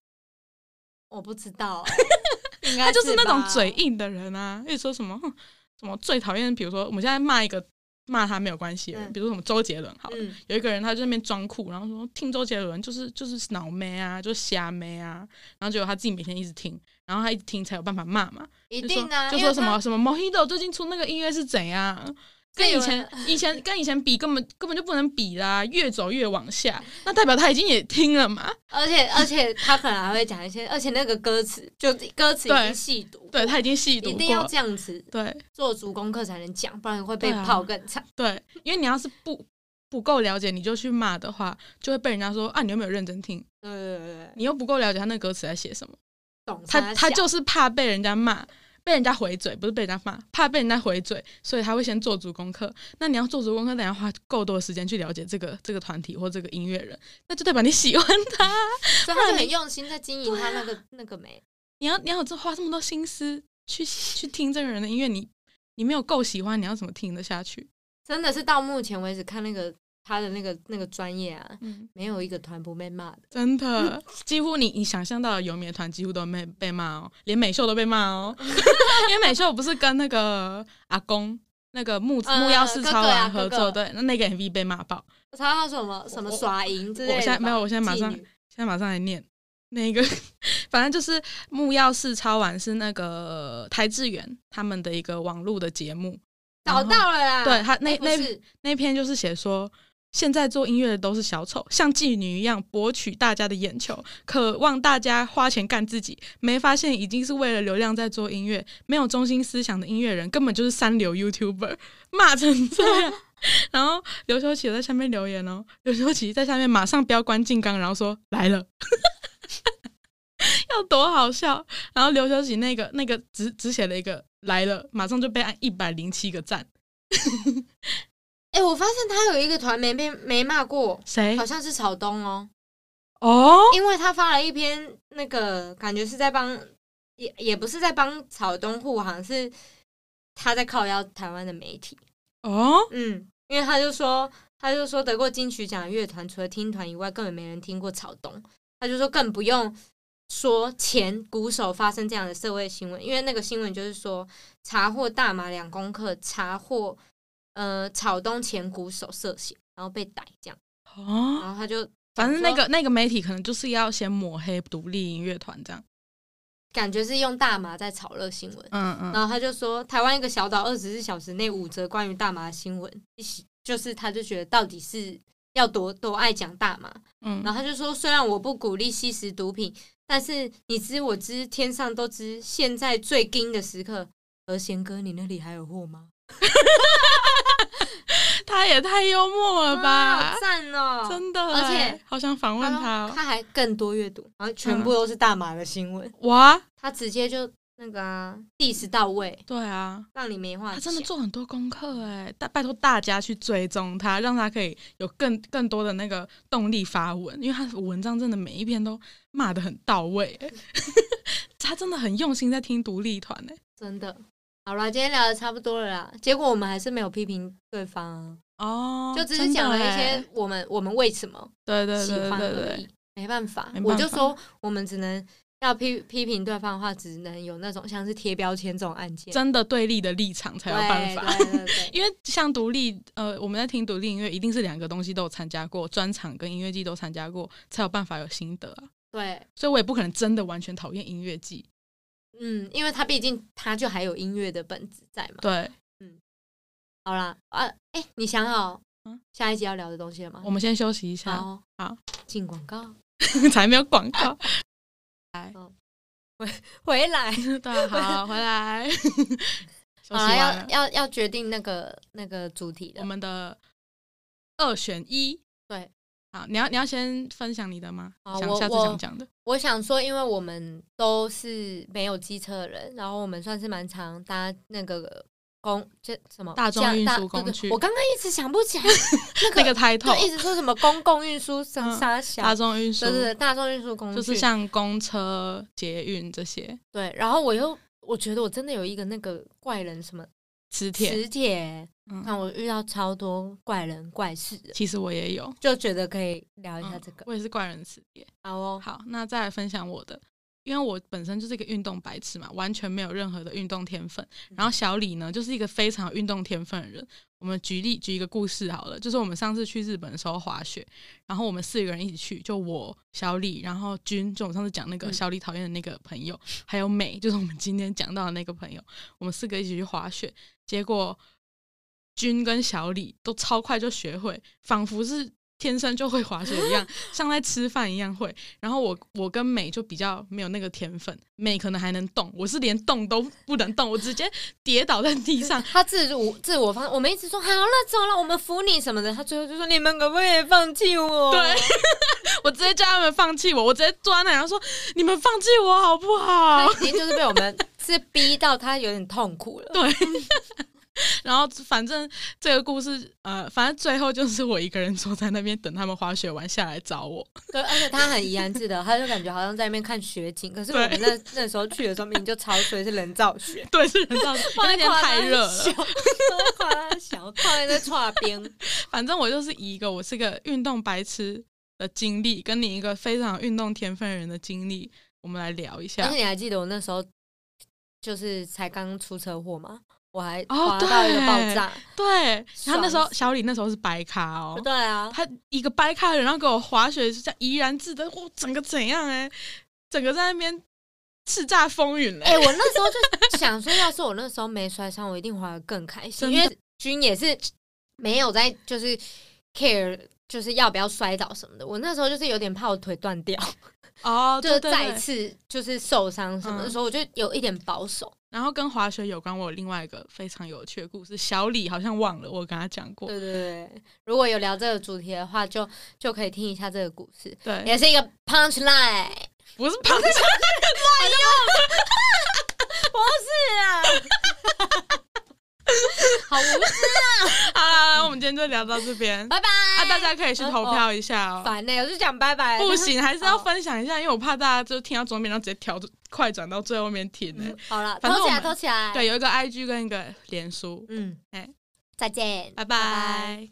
我不知 道欸，应该
他就是那种
吧
嘴硬的人啊，一直说什么哼什么最讨厌，比如说我们现在骂一个骂他没有关系的人，
嗯
比如说什么周杰伦好了，
嗯，
有一个人他就在那边装酷，然后说听周杰伦就是就是脑妹啊，就是瞎妹啊，然后结果他自己每天一直听，然后他一直听才有办法骂嘛，
一
就
定啊，
说就
因为
说什么什么 Mojito 最近出那个音乐是怎样？
这
跟以
有
前以 前跟以前比根本根本就不能比啦，越走越往 下，那代表他已经也听了嘛，
他，而且而且他可能还会讲一些，而且那个歌词就歌词已
对
经细读，
对他已经细读
一
过，
定要这样子
对，
做足功课才能讲，不然会被
对啊
泡更惨。
对，因为你要是不不够了解，你就去骂的话，就会被人家说啊，你有没有认真听？
对对对对，
你又不够了解他那歌词在写什么。
懂
他他
他
就是怕被人家骂，被人家回嘴，不是被人家骂，怕被人家回嘴，所以他会先做足功课。那你要做足功课，等下花够多的时间去了解这个这个团体或这个音乐人，那就代表你喜欢 他。啊
所以
不
他
然
就
你
很用心在经营他那个那个美，
你要你要这花这么多心思去去听这个人的音乐，你你没有够喜欢，你要怎么听得下去？
真的是到目前为止看那个他的那个那个专业啊，
嗯。
没有一个团不被骂的。
真的，几乎你你想象到的游民团几乎都被被骂哦，连美秀都被骂 哦，因为美秀不是跟那个阿公那个木
嗯
木曜四超玩合
哥哥
作，
啊
对，那那个 MV 被骂爆。
他要什么什么
我
耍赢之类的吧？
我现在没有我现在马上
妓女
现在马上来念那个， 反正就是木曜四超玩是那个呃台志远他们的一个网络的节目，
找
然后
到了啦，
对他那
哎不
那
是
那篇就是写说，现在做音乐的都是小丑，像妓女一样博取大家的眼球，渴望大家花钱干自己。没发现已经是为了流量在做音乐，没有中心思想的音乐人根本就是三流 YouTuber，骂成这样。然后刘修齐在下面留言哦，刘修齐在下面马上标关静冈，然后说来了， 要多好笑。然后刘修齐那个那个只只写了一个来了，马上就被按一百零七个赞。
哎、我发现他有一个团没被没骂过，
谁
好？像是草东哦，
哦，
因为他发了一篇那个感觉是在帮，也也不是在帮草东护航，是他在靠邀台湾的媒体。
哦，
嗯，因为他就说，他就说得过金曲奖的乐团，除了听团以外，根本没人听过草东。他就说更不用说前鼓手发生这样的社会新闻，因为那个新闻就是说查获大麻两公克，查获呃草东前鼓手涉嫌，然后被逮这样，
哦，
然后他就
反正那个那个媒体可能就是要先抹黑独立音乐团这样。
感觉是用大麻在炒热新闻。
嗯嗯，
然后他就说，台湾一个小岛二十四小时内五则关于大麻的新闻，一起就是他就觉得到底是要多多爱讲大麻，
嗯，
然后他就说，虽然我不鼓励吸食毒品，但是你知我知，天上都知，现在最惊的时刻，和弦哥，你那里还有货吗？
他也太幽默了吧
啊好，赞哦！
真的
而
欸，
且
好想访问他嗯
他
哦。
他还更多阅读，然后全部都是大马的新闻，
哇，
他直接就那个啊 diss 到位，
对啊，
让你没话
他真的
讲
做很多功课哎，大拜托大家去追踪他，让他可以有更更多的那个动力发文，因为他文章真的每一篇都骂的很到位 欸，他真的很用心在听独立团哎。
真的。好了，今天聊的差不多了啦，结果我们还是没有批评对方啊，
哦，
就只
真的
是讲了一
欸
些我们我们为什么
对对
喜
对
欢
对
而
对
已，，没办法
没。
我
办
就
法
说，我们只能要批批评对方的话，只能有那种像是贴标签这种案件，
真的对立的立场才有办法。
对对 对对，
因为像独立，呃，我们在听独立音乐，一定是两个东西都有参加过，专场跟音乐季都参加过，才有办法有心得啊。
对，
所以我也不可能真的完全讨厌音乐季。
嗯，因为他毕竟他就还有音乐的本质在嘛。
对，
好啦，啊，哎，你想好
嗯
下一集要聊的东西了吗
我？们先休息一下，
嗯好，哦
好，
进广告，
才没有广 告。来，
回来。
对，好，回 来，休息
好
完
啦，要
了，
要要决定那个那个主题
我
了。
们的二选一。
对，
好，你要你要先分享你的吗？
好
想
我
下次
我
想讲的。
我想说，因为我们都是没有机车的人，然后我们算是蛮常搭那个公这什么
大众
这样
运
大
输工
对对
具
我刚刚一直想不 起来那个，
那个 title，
就一直说什么公共运输什么
嗯
啥小，
大众运输
对对对，大众运输工具
就是像公车、捷运这些，
对。然后我又我觉得我真的有一个那个怪人什么
磁铁。
磁铁，
嗯，
看我遇到超多怪人怪事的，
其实我也有，
就觉得可以聊一下
嗯
这个。
我也是怪人磁铁。
好哦，
好，那再来分享我的，因为我本身就是一个运动白痴嘛，完全没有任何的运动天分。然后小李呢，就是一个非常有运动天分的人。我们举例举一个故事好了，就是我们上次去日本的时候滑雪，然后我们四个人一起去，就我、小李，然后君，就我们上次讲那个
嗯，
小李讨厌的那个朋友，还有美，就是我们今天讲到的那个朋友，我们四个一起去滑雪，结果君跟小李都超快就学会，仿佛是天生就会滑雪一样，像在吃饭一样会。然后我我跟美就比较没有那个天分，美可能还能动，我是连动都不能动，我直接跌倒在地上
他自我自我放，我们一直说好了，走了，我们扶你什么的。他最后就说你们可不可以放弃我？
对，我直接叫他们放弃我，我直接坐在那里然后说你们放弃我好不好
他？已经就是被我们是逼到他有点痛苦了。
然后反正这个故事，呃，反正最后就是我一个人坐在那边等他们滑雪完下来找我。
对，而且他很怡然自得，他就感觉好像在那边看雪景。可是我们那那时候去的时候，明明就潮水是人造雪，
对，是人造，因为那天太热了。
夸他小，夸他在跨 边。
反正我就是以一个我是个运动白痴的经历，跟你一个非常有运动天分的人的经历，我们来聊一
而
下
且。你还记得我那时候就是才刚出车祸嘛，我还
哦
滑到一个
对
爆炸。
对，然后那时候
爽死
小李那时候是白咖哦，
对啊，
他一个掰开了，然后给我滑雪就这样怡然自得，我整个怎样哎、整个在那边叱咤风云嘞、欸
哎、我那时候就想说，要是我那时候没摔伤，我一定滑得更开心，
真的
因为君也是没有在就是 care 就是要不要摔倒什么的。我那时候就是有点怕我腿断掉，
哦，
就是
对对
再
对。
次就是受伤什么的
嗯
时候，我就有一点保守。
然后跟滑雪有关，我有另外一个非常有趣的故事，小李好像忘了我跟他讲过。
对对对，如果有聊这个主题的话，就就可以听一下这个故事，
对，
也是一个 punch line。
不是旁边
不是啊， 好无
好
聊
啦，好啦我们今天就聊到这边。
拜拜
啊，大家可以去投票一下哦。
哎呃烦呢、欸哦我就讲拜拜，
不，行，还是要分享一下，因为我怕大家就听到桌面，然后直接调快转到最后面听欸呢。
好了，
反正我
偷起来，
们
偷起来，
对，，有一个 IG 跟一个脸书，
嗯
哎，
再见，
拜拜。